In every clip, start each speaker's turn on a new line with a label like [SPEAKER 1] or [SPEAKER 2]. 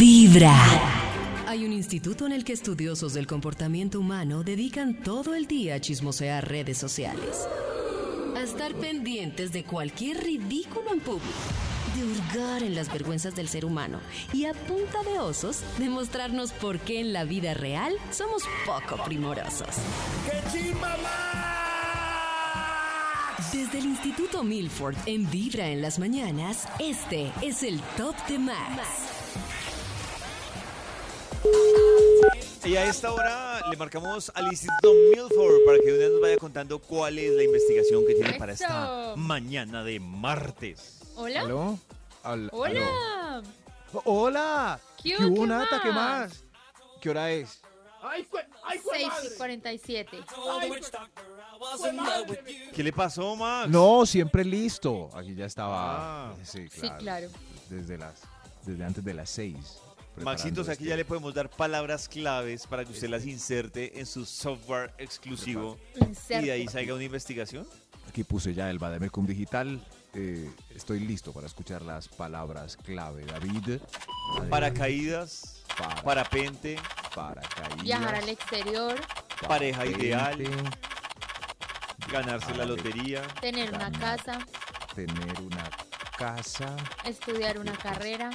[SPEAKER 1] Vibra.
[SPEAKER 2] Hay un instituto en el que estudiosos del comportamiento humano dedican todo el día a chismosear redes sociales. A estar pendientes de cualquier ridículo en público. De hurgar en las vergüenzas del ser humano. Y a punta de osos, demostrarnos por qué en la vida real somos poco primorosos.
[SPEAKER 3] ¡Qué chimba, Max!
[SPEAKER 2] Desde el Instituto Milford, en Vibra en las mañanas, este es el Top de Max.
[SPEAKER 4] Y a esta hora le marcamos al Instituto Milford para que usted nos vaya contando cuál es la investigación que tiene para esta
[SPEAKER 5] Eso.
[SPEAKER 4] mañana de martes.
[SPEAKER 5] Hola.
[SPEAKER 6] ¿Aló? Al- aló.
[SPEAKER 5] Hola.
[SPEAKER 6] ¡Hola!
[SPEAKER 5] ¿Qué
[SPEAKER 6] ¿Qué
[SPEAKER 5] hubo?
[SPEAKER 6] hubo,
[SPEAKER 5] ¿Qué
[SPEAKER 6] Nata? ¿Qué
[SPEAKER 5] más?
[SPEAKER 6] más? ¿Qué hora es?
[SPEAKER 3] ¡Ay, cue- ay,
[SPEAKER 5] 6
[SPEAKER 3] cue-
[SPEAKER 5] y 47.
[SPEAKER 4] ¿Qué le pasó, Max?
[SPEAKER 6] No, siempre listo. Aquí ya estaba.
[SPEAKER 4] Ah.
[SPEAKER 6] sí,
[SPEAKER 5] Sí,
[SPEAKER 6] claro.
[SPEAKER 5] claro.
[SPEAKER 6] Desde, las, desde antes de las seis.
[SPEAKER 4] Maxitos, aquí
[SPEAKER 6] preparando este-
[SPEAKER 4] ya le podemos dar palabras claves para que usted las inserte en su software exclusivo y de ahí
[SPEAKER 5] Inserte.
[SPEAKER 4] salga una investigación.
[SPEAKER 6] Aquí puse ya el Bademecum Digital. Eh, estoy listo para escuchar las palabras clave, David.
[SPEAKER 4] Paracaídas,
[SPEAKER 6] Para-
[SPEAKER 4] parapente,
[SPEAKER 6] Paracaídas.
[SPEAKER 5] Viajar al exterior,
[SPEAKER 4] pareja
[SPEAKER 6] parapente,
[SPEAKER 4] ideal, ganarse la
[SPEAKER 6] Vale.
[SPEAKER 4] lotería,
[SPEAKER 5] tener una
[SPEAKER 6] Ganar.
[SPEAKER 5] casa,
[SPEAKER 6] Tener una casa.
[SPEAKER 5] estudiar una
[SPEAKER 4] Este,
[SPEAKER 5] carrera,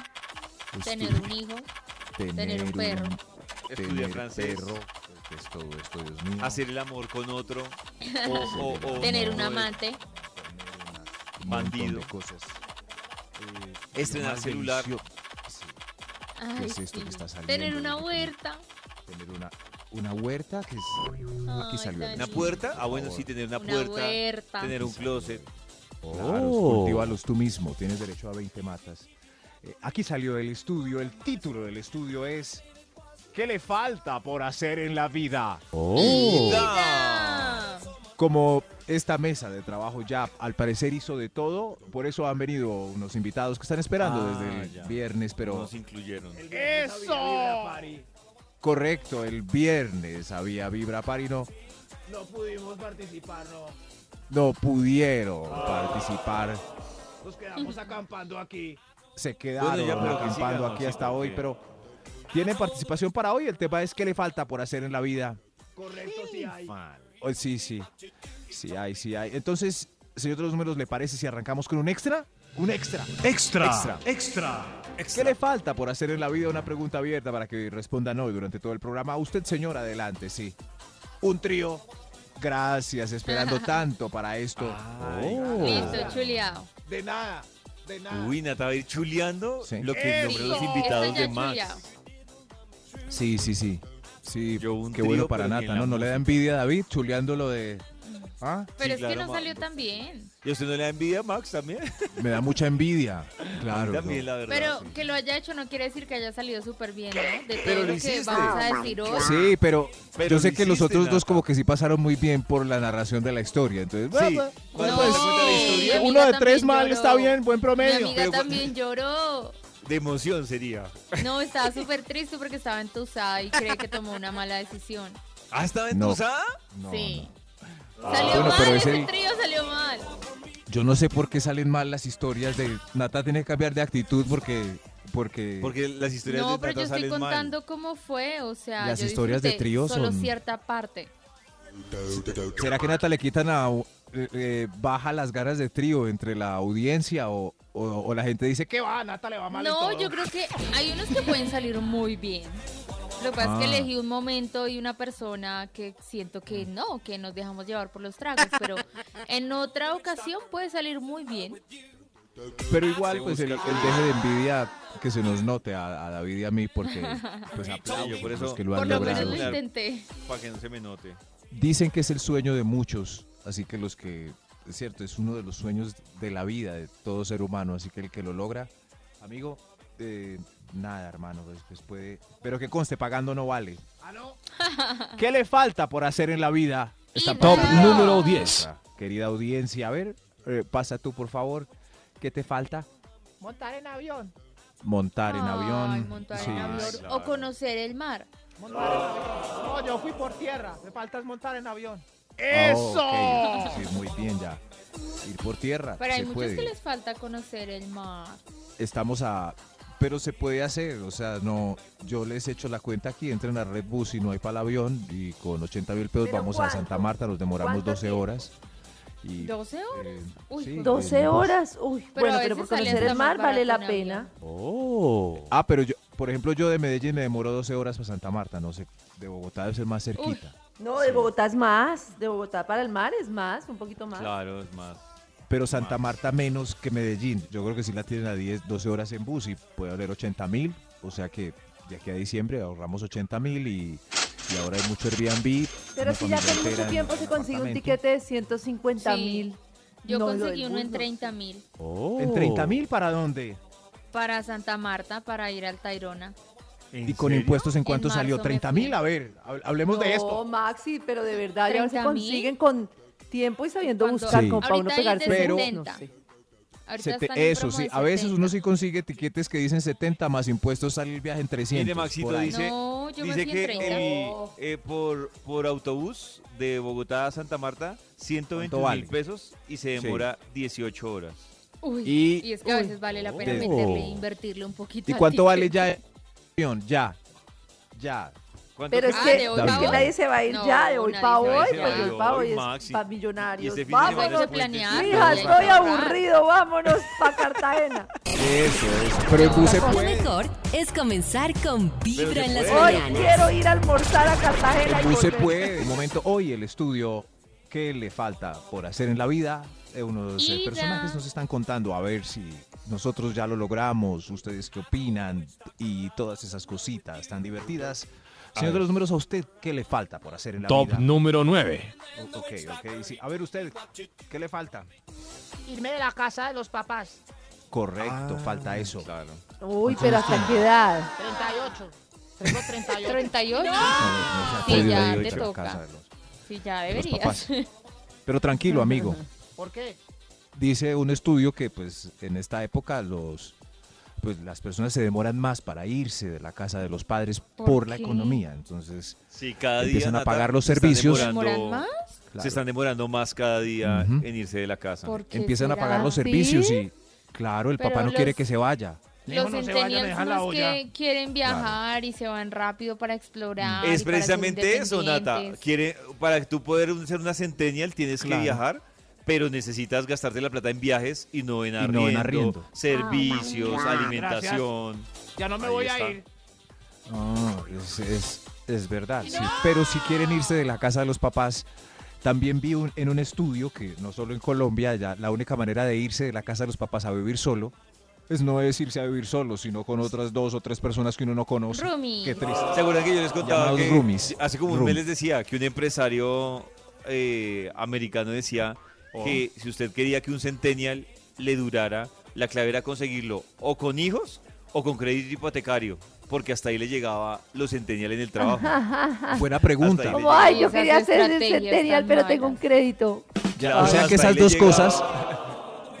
[SPEAKER 5] tener
[SPEAKER 6] estudiar-
[SPEAKER 5] un hijo,
[SPEAKER 6] tener un perro.
[SPEAKER 4] Estudiar francés.
[SPEAKER 6] Perro, que es todo esto, Dios mío.
[SPEAKER 4] hacer el amor con otro, o- o, o-
[SPEAKER 5] tener
[SPEAKER 4] o-
[SPEAKER 5] un
[SPEAKER 4] o-
[SPEAKER 5] amante,
[SPEAKER 6] Un montón
[SPEAKER 4] bandido.
[SPEAKER 6] de cosas. Eh,
[SPEAKER 4] Estrenar
[SPEAKER 6] lo más
[SPEAKER 4] celular.
[SPEAKER 6] delicio- sí,
[SPEAKER 5] Ay,
[SPEAKER 6] es esto
[SPEAKER 5] sí.
[SPEAKER 6] que está saliendo
[SPEAKER 5] tener
[SPEAKER 6] de
[SPEAKER 5] una
[SPEAKER 6] repente?
[SPEAKER 5] huerta.
[SPEAKER 6] Tener una, una huerta que es.
[SPEAKER 5] Ay,
[SPEAKER 6] Aquí salió
[SPEAKER 5] tan
[SPEAKER 6] el-
[SPEAKER 4] ¿Una
[SPEAKER 5] lindo.
[SPEAKER 4] puerta?
[SPEAKER 6] Por
[SPEAKER 4] Ah, bueno,
[SPEAKER 6] favor.
[SPEAKER 4] sí, tener una
[SPEAKER 5] Una
[SPEAKER 4] puerta.
[SPEAKER 5] huerta.
[SPEAKER 4] Tener un closet.
[SPEAKER 6] Claro, cultívalos tú mismo, tienes derecho a 20 matas. Eh, aquí salió el estudio, el título del estudio es ¿Qué le falta por hacer en la vida? Oh.
[SPEAKER 5] ¡Ah!
[SPEAKER 6] Como esta mesa de trabajo ya al parecer hizo de todo, por eso han venido unos invitados que están esperando
[SPEAKER 4] Ah,
[SPEAKER 6] desde el
[SPEAKER 4] ya.
[SPEAKER 6] viernes, pero
[SPEAKER 4] Nos incluyeron.
[SPEAKER 3] ¡Eso!
[SPEAKER 6] correcto, el viernes había Vibra Parino.
[SPEAKER 3] No pudimos participar, no.
[SPEAKER 6] no pudieron participar.
[SPEAKER 3] Nos quedamos acampando aquí.
[SPEAKER 6] Se quedaron
[SPEAKER 4] Bueno, ya, pero que
[SPEAKER 6] acampando
[SPEAKER 4] sigan,
[SPEAKER 6] aquí
[SPEAKER 4] sí,
[SPEAKER 6] hasta hoy,
[SPEAKER 4] porque-
[SPEAKER 6] pero tienen participación para hoy. El tema es qué le falta por hacer en la vida.
[SPEAKER 3] Correcto, sí hay.
[SPEAKER 6] Oh, sí, sí. Sí hay, sí hay. Entonces, señor de los números, ¿le parece si arrancamos con un extra? Un extra.
[SPEAKER 7] Extra,
[SPEAKER 6] Extra.
[SPEAKER 7] extra, extra.
[SPEAKER 6] ¿Qué le falta por hacer en la vida? Una pregunta abierta para que respondan hoy durante todo el programa. Usted, señor, adelante, sí. Un trío. Gracias, esperando tanto para esto.
[SPEAKER 4] Ah.
[SPEAKER 6] Oh.
[SPEAKER 5] Listo, chuleado.
[SPEAKER 3] De nada, de nada.
[SPEAKER 4] Uy, Nata va a ir chuleando
[SPEAKER 6] Sí.
[SPEAKER 4] lo que
[SPEAKER 3] Eso.
[SPEAKER 4] nombró los invitados
[SPEAKER 5] Esto ya
[SPEAKER 4] de
[SPEAKER 5] es
[SPEAKER 4] Max.
[SPEAKER 5] chuleado.
[SPEAKER 6] Sí, sí, sí. Sí,
[SPEAKER 4] Yo un
[SPEAKER 6] qué
[SPEAKER 4] trío,
[SPEAKER 6] bueno para
[SPEAKER 4] pero que
[SPEAKER 6] Nata,
[SPEAKER 4] en la
[SPEAKER 6] ¿no? No le da envidia a David chuleando lo de... ¿Ah?
[SPEAKER 5] Pero es
[SPEAKER 4] claro,
[SPEAKER 5] que no
[SPEAKER 4] Max.
[SPEAKER 5] salió tan bien.
[SPEAKER 4] ¿Y a usted no le da envidia, Max, también?
[SPEAKER 6] Me da mucha envidia. Claro.
[SPEAKER 4] también,
[SPEAKER 6] no.
[SPEAKER 4] la verdad.
[SPEAKER 5] Pero
[SPEAKER 4] sí.
[SPEAKER 5] que lo haya hecho no quiere decir que haya salido súper bien, ¿no? De
[SPEAKER 4] Pero
[SPEAKER 5] todo
[SPEAKER 4] lo
[SPEAKER 5] lo que
[SPEAKER 4] hiciste.
[SPEAKER 5] vamos a decir hoy.
[SPEAKER 6] Sí, pero,
[SPEAKER 4] Pero
[SPEAKER 6] yo
[SPEAKER 4] lo
[SPEAKER 6] sé que los
[SPEAKER 4] hiciste,
[SPEAKER 6] otros dos
[SPEAKER 4] Nata.
[SPEAKER 6] como que sí pasaron muy bien por la narración de la historia. Entonces,
[SPEAKER 4] Sí.
[SPEAKER 6] bueno, pues,
[SPEAKER 4] ¿Cuál
[SPEAKER 5] No,
[SPEAKER 4] fue la cuenta de la historia?
[SPEAKER 5] mi
[SPEAKER 6] uno
[SPEAKER 5] amiga
[SPEAKER 6] de tres
[SPEAKER 5] también
[SPEAKER 6] mal
[SPEAKER 5] lloró.
[SPEAKER 6] está bien, buen
[SPEAKER 5] Mi
[SPEAKER 6] promedio.
[SPEAKER 5] amiga
[SPEAKER 4] Pero-
[SPEAKER 5] también lloró.
[SPEAKER 4] De emoción sería.
[SPEAKER 5] No, estaba súper triste porque estaba entusada y cree que tomó una mala decisión.
[SPEAKER 4] ¿Ah, estaba
[SPEAKER 6] No.
[SPEAKER 4] entusada?
[SPEAKER 6] No,
[SPEAKER 5] sí.
[SPEAKER 6] no.
[SPEAKER 4] Ah,
[SPEAKER 5] Salió
[SPEAKER 6] Bueno,
[SPEAKER 5] mal,
[SPEAKER 6] pero es
[SPEAKER 5] ese
[SPEAKER 6] el-
[SPEAKER 5] trío salió mal.
[SPEAKER 6] Yo no sé por qué salen mal las historias de Nata tiene que cambiar de actitud porque porque,
[SPEAKER 4] Porque las historias
[SPEAKER 5] No,
[SPEAKER 4] de
[SPEAKER 5] pero yo
[SPEAKER 4] Nata
[SPEAKER 5] estoy
[SPEAKER 4] salen mal.
[SPEAKER 5] contando cómo fue, o sea,
[SPEAKER 6] Las
[SPEAKER 5] yo
[SPEAKER 6] historias de
[SPEAKER 5] disfruté
[SPEAKER 6] trío
[SPEAKER 5] solo
[SPEAKER 6] son-
[SPEAKER 5] cierta parte.
[SPEAKER 6] será que Nata le quitan a eh, eh, baja las ganas de trío entre la audiencia o, o- o la gente dice que
[SPEAKER 3] ¿Qué va? Nata le va mal en
[SPEAKER 5] No,
[SPEAKER 3] todo.
[SPEAKER 5] yo creo que hay unos que pueden salir muy bien. Lo que pasa es que
[SPEAKER 6] Ah.
[SPEAKER 5] elegí un momento y una persona que siento que no, que nos dejamos llevar por los tragos, pero en otra ocasión puede salir muy bien.
[SPEAKER 6] Pero igual, pues el, el deje de envidia que se nos note a, a David y a mí, porque pues aplaudo
[SPEAKER 4] yo por
[SPEAKER 6] a los
[SPEAKER 4] eso-
[SPEAKER 6] que lo
[SPEAKER 5] Por
[SPEAKER 6] han
[SPEAKER 5] lo
[SPEAKER 4] logrado.
[SPEAKER 5] menos lo
[SPEAKER 6] logrado.
[SPEAKER 4] Claro.
[SPEAKER 5] intenté.
[SPEAKER 4] Para que no se me note.
[SPEAKER 6] Dicen que es el sueño de muchos, así que los que, es cierto, es uno de los sueños de la vida de todo ser humano, así que el que lo logra, amigo, eh, nada, hermano, pues, pues puede, pero que conste, pagando no vale.
[SPEAKER 3] Ah, no.
[SPEAKER 6] ¿Qué le falta por hacer en la vida?
[SPEAKER 5] Y
[SPEAKER 7] Top
[SPEAKER 5] nada.
[SPEAKER 7] número 10.
[SPEAKER 6] Nuestra Querida audiencia, a ver, eh, pasa tú, por favor, ¿qué te falta?
[SPEAKER 3] Montar en avión.
[SPEAKER 6] Montar en
[SPEAKER 5] Ay,
[SPEAKER 6] avión.
[SPEAKER 5] montar en
[SPEAKER 6] Sí, Ah,
[SPEAKER 5] avión
[SPEAKER 4] sí.
[SPEAKER 5] o conocer el mar.
[SPEAKER 3] Montar en avión. No, yo fui por tierra. Me falta es montar en avión.
[SPEAKER 6] Ah,
[SPEAKER 3] ¡Eso!
[SPEAKER 6] ok. Sí, muy bien ya. Ir por tierra.
[SPEAKER 5] Pero hay
[SPEAKER 6] se
[SPEAKER 5] muchos
[SPEAKER 6] puede.
[SPEAKER 5] que les falta conocer el mar.
[SPEAKER 6] Estamos a pero se puede hacer, o sea, no, yo les echo la cuenta aquí, entren a Red Bus y no hay para el avión y con 80 mil pesos
[SPEAKER 1] ¿Pero
[SPEAKER 6] vamos a
[SPEAKER 1] cuánto?
[SPEAKER 6] Santa Marta, nos demoramos
[SPEAKER 1] ¿Cuánto
[SPEAKER 6] 12
[SPEAKER 1] tiempo?
[SPEAKER 6] horas. Y,
[SPEAKER 5] ¿12 horas?
[SPEAKER 6] eh,
[SPEAKER 5] Uy,
[SPEAKER 6] sí,
[SPEAKER 5] pues,
[SPEAKER 1] 12
[SPEAKER 6] eh,
[SPEAKER 1] horas. Uy,
[SPEAKER 5] Pero
[SPEAKER 1] bueno,
[SPEAKER 5] a
[SPEAKER 1] pero por
[SPEAKER 5] veces sale
[SPEAKER 1] conocer el
[SPEAKER 5] hasta más
[SPEAKER 1] mar vale la
[SPEAKER 5] barato en
[SPEAKER 1] pena.
[SPEAKER 4] Oh.
[SPEAKER 6] Ah, pero yo, por ejemplo, yo de Medellín me demoro 12 horas para Santa Marta, no sé, de Bogotá debe ser más cerquita.
[SPEAKER 1] No, de Bogotá es más. De Bogotá para el mar es más, un poquito más.
[SPEAKER 4] Claro, es más.
[SPEAKER 6] Pero Santa Marta menos que Medellín. Yo creo que sí la tienen a 10, 12 horas en bus y puede valer 80 mil. O sea que de aquí a diciembre ahorramos 80 mil y, y ahora hay mucho Airbnb.
[SPEAKER 1] Pero
[SPEAKER 6] una
[SPEAKER 1] si
[SPEAKER 6] familia
[SPEAKER 1] ya con mucho
[SPEAKER 6] entera en
[SPEAKER 1] tiempo se consigue un
[SPEAKER 6] apartamento.
[SPEAKER 1] tiquete de 150
[SPEAKER 5] Sí.
[SPEAKER 1] mil.
[SPEAKER 5] Yo
[SPEAKER 1] No, lo del
[SPEAKER 5] conseguí uno
[SPEAKER 1] bus
[SPEAKER 5] en
[SPEAKER 1] no.
[SPEAKER 5] 30 mil
[SPEAKER 6] ¿En 30 mil para dónde?
[SPEAKER 5] para Santa Marta, para ir al Tayrona.
[SPEAKER 6] ¿Y con impuestos en cuánto
[SPEAKER 5] marzo
[SPEAKER 6] salió?
[SPEAKER 5] me
[SPEAKER 6] ¿30
[SPEAKER 5] fui.
[SPEAKER 6] mil? A ver, hab- hablemos de
[SPEAKER 1] No,
[SPEAKER 6] esto.
[SPEAKER 1] Maxi, pero de verdad, ya se
[SPEAKER 5] 30.000.
[SPEAKER 1] consiguen con tiempo y sabiendo
[SPEAKER 5] Cuando-
[SPEAKER 1] buscar
[SPEAKER 6] Sí.
[SPEAKER 1] como para uno
[SPEAKER 5] Ahorita hay
[SPEAKER 1] pegarse.
[SPEAKER 5] de Ah,
[SPEAKER 1] Pero,
[SPEAKER 5] 70.
[SPEAKER 1] no sé.
[SPEAKER 5] Ahorita
[SPEAKER 6] Sete-
[SPEAKER 5] están en
[SPEAKER 6] eso
[SPEAKER 5] promo
[SPEAKER 6] sí,
[SPEAKER 5] de
[SPEAKER 6] a veces
[SPEAKER 5] 70.
[SPEAKER 6] uno sí consigue tiquetes que dicen 70 más impuestos sale el viaje en 300.
[SPEAKER 4] Mire, Maxito
[SPEAKER 6] por ahí.
[SPEAKER 4] dice,
[SPEAKER 5] No, yo me
[SPEAKER 4] dice
[SPEAKER 5] fui en Oh.
[SPEAKER 4] que
[SPEAKER 5] 30.
[SPEAKER 4] el, eh, por, por autobús de Bogotá a Santa Marta, 120 mil
[SPEAKER 6] ¿Cuánto vale?
[SPEAKER 4] pesos y se demora 18 horas.
[SPEAKER 5] Uy,
[SPEAKER 6] Y-
[SPEAKER 5] y, es que a veces vale la pena
[SPEAKER 6] Oh.
[SPEAKER 5] meterle e invertirle un poquito.
[SPEAKER 6] ¿Y
[SPEAKER 5] al
[SPEAKER 6] cuánto vale
[SPEAKER 5] ticket.
[SPEAKER 6] ya el avión? Ya. Ya.
[SPEAKER 4] ¿Cuánto
[SPEAKER 1] pero es
[SPEAKER 4] fue?
[SPEAKER 5] Ah,
[SPEAKER 1] que,
[SPEAKER 5] de hoy
[SPEAKER 1] es
[SPEAKER 6] pa'
[SPEAKER 1] que
[SPEAKER 6] hoy.
[SPEAKER 1] nadie se va a ir
[SPEAKER 5] No,
[SPEAKER 1] ya de hoy
[SPEAKER 5] nadie
[SPEAKER 1] para
[SPEAKER 5] se va a
[SPEAKER 1] hoy,
[SPEAKER 5] ir de
[SPEAKER 1] pues de hoy
[SPEAKER 5] hoy,
[SPEAKER 1] para hoy es
[SPEAKER 4] Maxi.
[SPEAKER 1] para
[SPEAKER 4] Y
[SPEAKER 1] millonarios.
[SPEAKER 4] este fin de
[SPEAKER 1] Vámonos.
[SPEAKER 4] semana es
[SPEAKER 5] Puede planear,
[SPEAKER 4] puente, sí.
[SPEAKER 1] Hija,
[SPEAKER 5] Ay,
[SPEAKER 1] estoy
[SPEAKER 5] hay que ahorrar.
[SPEAKER 1] aburrido, vámonos para Cartagena.
[SPEAKER 6] Eso, eso. Pero el bus se
[SPEAKER 2] Lo
[SPEAKER 6] puede.
[SPEAKER 2] mejor es comenzar con Vibra en las
[SPEAKER 4] puede.
[SPEAKER 1] Hoy
[SPEAKER 2] mañanas.
[SPEAKER 1] quiero ir a almorzar a Cartagena y
[SPEAKER 6] El bus Pues se
[SPEAKER 1] volver.
[SPEAKER 6] puede. De momento, hoy el estudio que le falta por hacer en la vida, eh, unos eh,
[SPEAKER 5] Ida.
[SPEAKER 6] personajes nos están contando a ver si nosotros ya lo logramos, ustedes qué opinan y todas esas cositas tan divertidas. Señor de los números, ¿a usted qué le falta por hacer en la
[SPEAKER 7] Top
[SPEAKER 6] vida?
[SPEAKER 7] número 9.
[SPEAKER 6] O- Ok, ok, sí. A ver usted, ¿qué le falta?
[SPEAKER 3] Irme de la casa de los papás.
[SPEAKER 5] Ah,
[SPEAKER 6] Correcto, falta eso.
[SPEAKER 4] Claro.
[SPEAKER 1] Uy, pero hasta qué edad.
[SPEAKER 3] 38. Tengo 38.
[SPEAKER 5] 38.
[SPEAKER 6] No, no se ha
[SPEAKER 5] Sí,
[SPEAKER 6] podido
[SPEAKER 5] ya
[SPEAKER 6] ir
[SPEAKER 5] te
[SPEAKER 6] a la
[SPEAKER 5] toca.
[SPEAKER 6] casa de los-
[SPEAKER 5] Sí, ya
[SPEAKER 6] de los
[SPEAKER 5] deberías.
[SPEAKER 6] papás. Pero tranquilo, amigo.
[SPEAKER 3] ¿Por qué?
[SPEAKER 6] dice un estudio que pues en esta época los pues las personas se demoran más para irse de la casa de los padres por,
[SPEAKER 5] ¿Por
[SPEAKER 6] la
[SPEAKER 5] qué?
[SPEAKER 6] economía. Entonces,
[SPEAKER 4] Sí, cada día
[SPEAKER 6] Empiezan a
[SPEAKER 4] Nata,
[SPEAKER 6] pagar los
[SPEAKER 4] se están
[SPEAKER 6] servicios.
[SPEAKER 5] ¿Se demoran
[SPEAKER 4] demorando-
[SPEAKER 5] más?
[SPEAKER 6] claro,
[SPEAKER 4] Se están demorando más cada día
[SPEAKER 6] Ujú.
[SPEAKER 4] en irse de la casa.
[SPEAKER 5] ¿Por qué
[SPEAKER 6] empiezan a
[SPEAKER 5] será?
[SPEAKER 6] pagar los
[SPEAKER 5] ¿Sí?
[SPEAKER 6] servicios y claro, el
[SPEAKER 5] Pero
[SPEAKER 6] papá no
[SPEAKER 5] los-
[SPEAKER 6] quiere que se vaya.
[SPEAKER 5] Los centennials son los que quieren viajar
[SPEAKER 6] Claro.
[SPEAKER 5] y se van rápido para explorar. y
[SPEAKER 4] Es
[SPEAKER 5] para ser
[SPEAKER 4] precisamente eso, Nata.
[SPEAKER 5] independientes.
[SPEAKER 4] Quiere, para tú poder ser una centennial tienes
[SPEAKER 6] Claro.
[SPEAKER 4] que viajar, pero necesitas gastarte la plata en viajes y no en
[SPEAKER 6] Y
[SPEAKER 4] arriendo,
[SPEAKER 6] no en
[SPEAKER 5] Ah,
[SPEAKER 6] arriendo.
[SPEAKER 4] servicios, alimentación.
[SPEAKER 3] Ya no me
[SPEAKER 4] Ahí
[SPEAKER 3] voy
[SPEAKER 4] está.
[SPEAKER 3] a ir.
[SPEAKER 6] Ah, es, es- es verdad, sí. Pero si quieren irse de la casa de los papás, también vi un- en un estudio que no solo en Colombia, ya la única manera de irse de la casa de los papás a vivir solo es no es irse a vivir solo, sino con otras dos o tres personas que uno no conoce.
[SPEAKER 5] Roomies.
[SPEAKER 6] Qué triste.
[SPEAKER 4] ¿Se acuerdan que yo les contaba
[SPEAKER 6] Llamados
[SPEAKER 4] que
[SPEAKER 6] roomies.
[SPEAKER 4] hace como un
[SPEAKER 6] Room.
[SPEAKER 4] mes les decía que un empresario eh, americano decía que si usted quería que un centennial le durara, la clave era conseguirlo o con hijos o con crédito hipotecario, porque hasta ahí le llegaba los centennial en el trabajo.
[SPEAKER 6] Buena
[SPEAKER 4] Hasta
[SPEAKER 6] pregunta.
[SPEAKER 4] ahí
[SPEAKER 1] Como, ay, yo
[SPEAKER 5] Esas
[SPEAKER 1] quería ser
[SPEAKER 5] estrategias
[SPEAKER 1] centenial,
[SPEAKER 5] tan
[SPEAKER 1] pero tengo un
[SPEAKER 5] malas.
[SPEAKER 1] crédito.
[SPEAKER 4] Ya,
[SPEAKER 6] O sea
[SPEAKER 4] hasta
[SPEAKER 6] que esas
[SPEAKER 4] ahí le
[SPEAKER 6] dos
[SPEAKER 4] llegaba.
[SPEAKER 6] cosas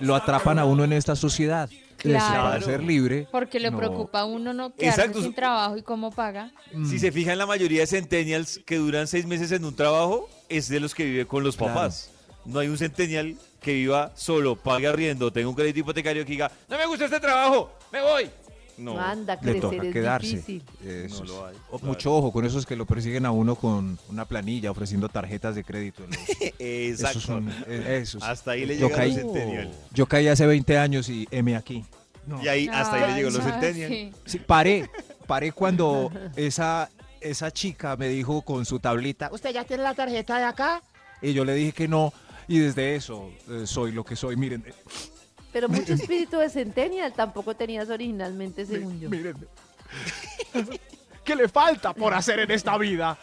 [SPEAKER 6] lo atrapan a uno en esta sociedad.
[SPEAKER 5] Claro.
[SPEAKER 6] Eso, Para ser libre.
[SPEAKER 5] Porque le
[SPEAKER 6] no.
[SPEAKER 5] preocupa a uno no quedarse
[SPEAKER 4] Exacto.
[SPEAKER 5] sin trabajo y cómo paga.
[SPEAKER 7] Mm.
[SPEAKER 4] Si se fijan, la mayoría de centennials que duran seis meses en un trabajo es de los que vive con los
[SPEAKER 6] Claro.
[SPEAKER 4] papás. No hay un centennial que viva solo, pague arriendo, tenga un crédito hipotecario que diga, no me gusta este trabajo, me voy. No.
[SPEAKER 1] Manda
[SPEAKER 6] le
[SPEAKER 1] crecer,
[SPEAKER 6] toca
[SPEAKER 1] es
[SPEAKER 6] quedarse.
[SPEAKER 1] difícil.
[SPEAKER 6] Eso
[SPEAKER 4] No
[SPEAKER 6] es.
[SPEAKER 4] lo hay,
[SPEAKER 6] O-
[SPEAKER 4] claro.
[SPEAKER 6] Mucho ojo con esos que lo persiguen a uno con una planilla ofreciendo tarjetas de crédito. ¿no?
[SPEAKER 4] Exacto.
[SPEAKER 6] Eso es un- eh, eso es-
[SPEAKER 4] Hasta ahí le
[SPEAKER 6] yo
[SPEAKER 4] llegan los
[SPEAKER 6] caí,
[SPEAKER 4] centennial.
[SPEAKER 6] yo caí hace 20 años y M aquí. No.
[SPEAKER 4] Y ahí, hasta ahí le llegó los
[SPEAKER 5] Ay,
[SPEAKER 4] centennial.
[SPEAKER 5] Ah, sí.
[SPEAKER 6] Sí, paré, paré cuando esa, esa chica me dijo con su tablita
[SPEAKER 3] ¿Usted ya tiene la tarjeta de acá?
[SPEAKER 6] y yo le dije que no y desde eso eh, soy lo que soy. Miren, eh,
[SPEAKER 1] Pero mucho espíritu de centennial tampoco tenías originalmente, según yo.
[SPEAKER 6] miren.
[SPEAKER 3] ¿Qué le falta por hacer en esta vida?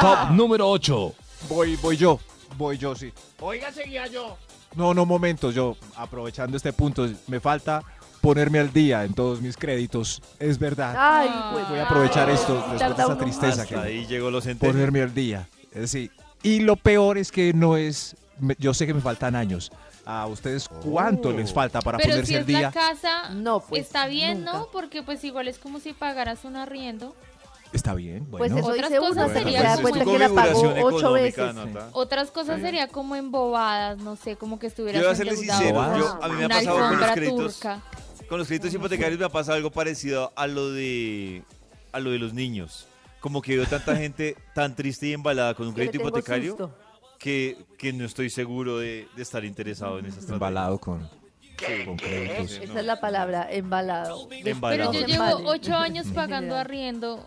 [SPEAKER 7] Top número 8.
[SPEAKER 6] Voy, voy yo, voy yo sí.
[SPEAKER 3] Oiga, seguía yo.
[SPEAKER 6] No, no, momento, yo aprovechando este punto, me falta ponerme al día en todos mis créditos. Es verdad.
[SPEAKER 1] Ay,
[SPEAKER 5] Ah.
[SPEAKER 1] pues,
[SPEAKER 6] Voy a aprovechar esto
[SPEAKER 1] Tarda
[SPEAKER 6] después de esta
[SPEAKER 1] uno más.
[SPEAKER 6] tristeza
[SPEAKER 4] Hasta
[SPEAKER 6] que
[SPEAKER 4] ahí llegó los centennial.
[SPEAKER 6] ponerme al día. Eh, Sí. Y lo peor es que no es. me- Yo sé que me faltan años. A ustedes, ¿cuánto les falta para
[SPEAKER 5] Oh. Pero
[SPEAKER 6] ponerse
[SPEAKER 5] si
[SPEAKER 6] al
[SPEAKER 5] es la
[SPEAKER 6] día?
[SPEAKER 5] casa,
[SPEAKER 1] No, pues,
[SPEAKER 5] está bien, ¿no?
[SPEAKER 1] nunca.
[SPEAKER 5] Porque pues igual es como si pagaras un arriendo.
[SPEAKER 6] Está bien, bueno.
[SPEAKER 1] Pues eso
[SPEAKER 5] Otras
[SPEAKER 1] dice uno,
[SPEAKER 5] cosas
[SPEAKER 1] hasta que
[SPEAKER 4] Pues
[SPEAKER 5] serían
[SPEAKER 1] se da
[SPEAKER 5] como
[SPEAKER 1] cuenta
[SPEAKER 5] en
[SPEAKER 1] que la pagó
[SPEAKER 4] configuración
[SPEAKER 1] ocho
[SPEAKER 4] económica,
[SPEAKER 1] veces.
[SPEAKER 4] Nata.
[SPEAKER 5] Otras cosas sería como embobadas, no sé, como que
[SPEAKER 4] Yo
[SPEAKER 5] estuvieras
[SPEAKER 4] voy a serles
[SPEAKER 5] endeudado
[SPEAKER 4] sincero,
[SPEAKER 5] por
[SPEAKER 4] yo- a mí me ha
[SPEAKER 5] una
[SPEAKER 4] pasado con los
[SPEAKER 5] alfombra
[SPEAKER 4] créditos.
[SPEAKER 5] turca.
[SPEAKER 4] Con los créditos hipotecarios me pasa algo parecido a lo de a lo de los niños. Como que veo tanta gente tan triste y embalada con un
[SPEAKER 1] Yo le
[SPEAKER 4] crédito
[SPEAKER 1] tengo
[SPEAKER 4] hipotecario
[SPEAKER 1] susto.
[SPEAKER 4] que, que no estoy seguro de, de estar interesado en esas
[SPEAKER 6] Embalado con, con créditos.
[SPEAKER 1] Esa es la palabra, embalado.
[SPEAKER 4] Embalado.
[SPEAKER 5] Pero
[SPEAKER 4] Pagado.
[SPEAKER 5] yo
[SPEAKER 1] Se
[SPEAKER 5] llevo
[SPEAKER 1] embalen.
[SPEAKER 5] ocho años pagando
[SPEAKER 1] general.
[SPEAKER 5] arriendo.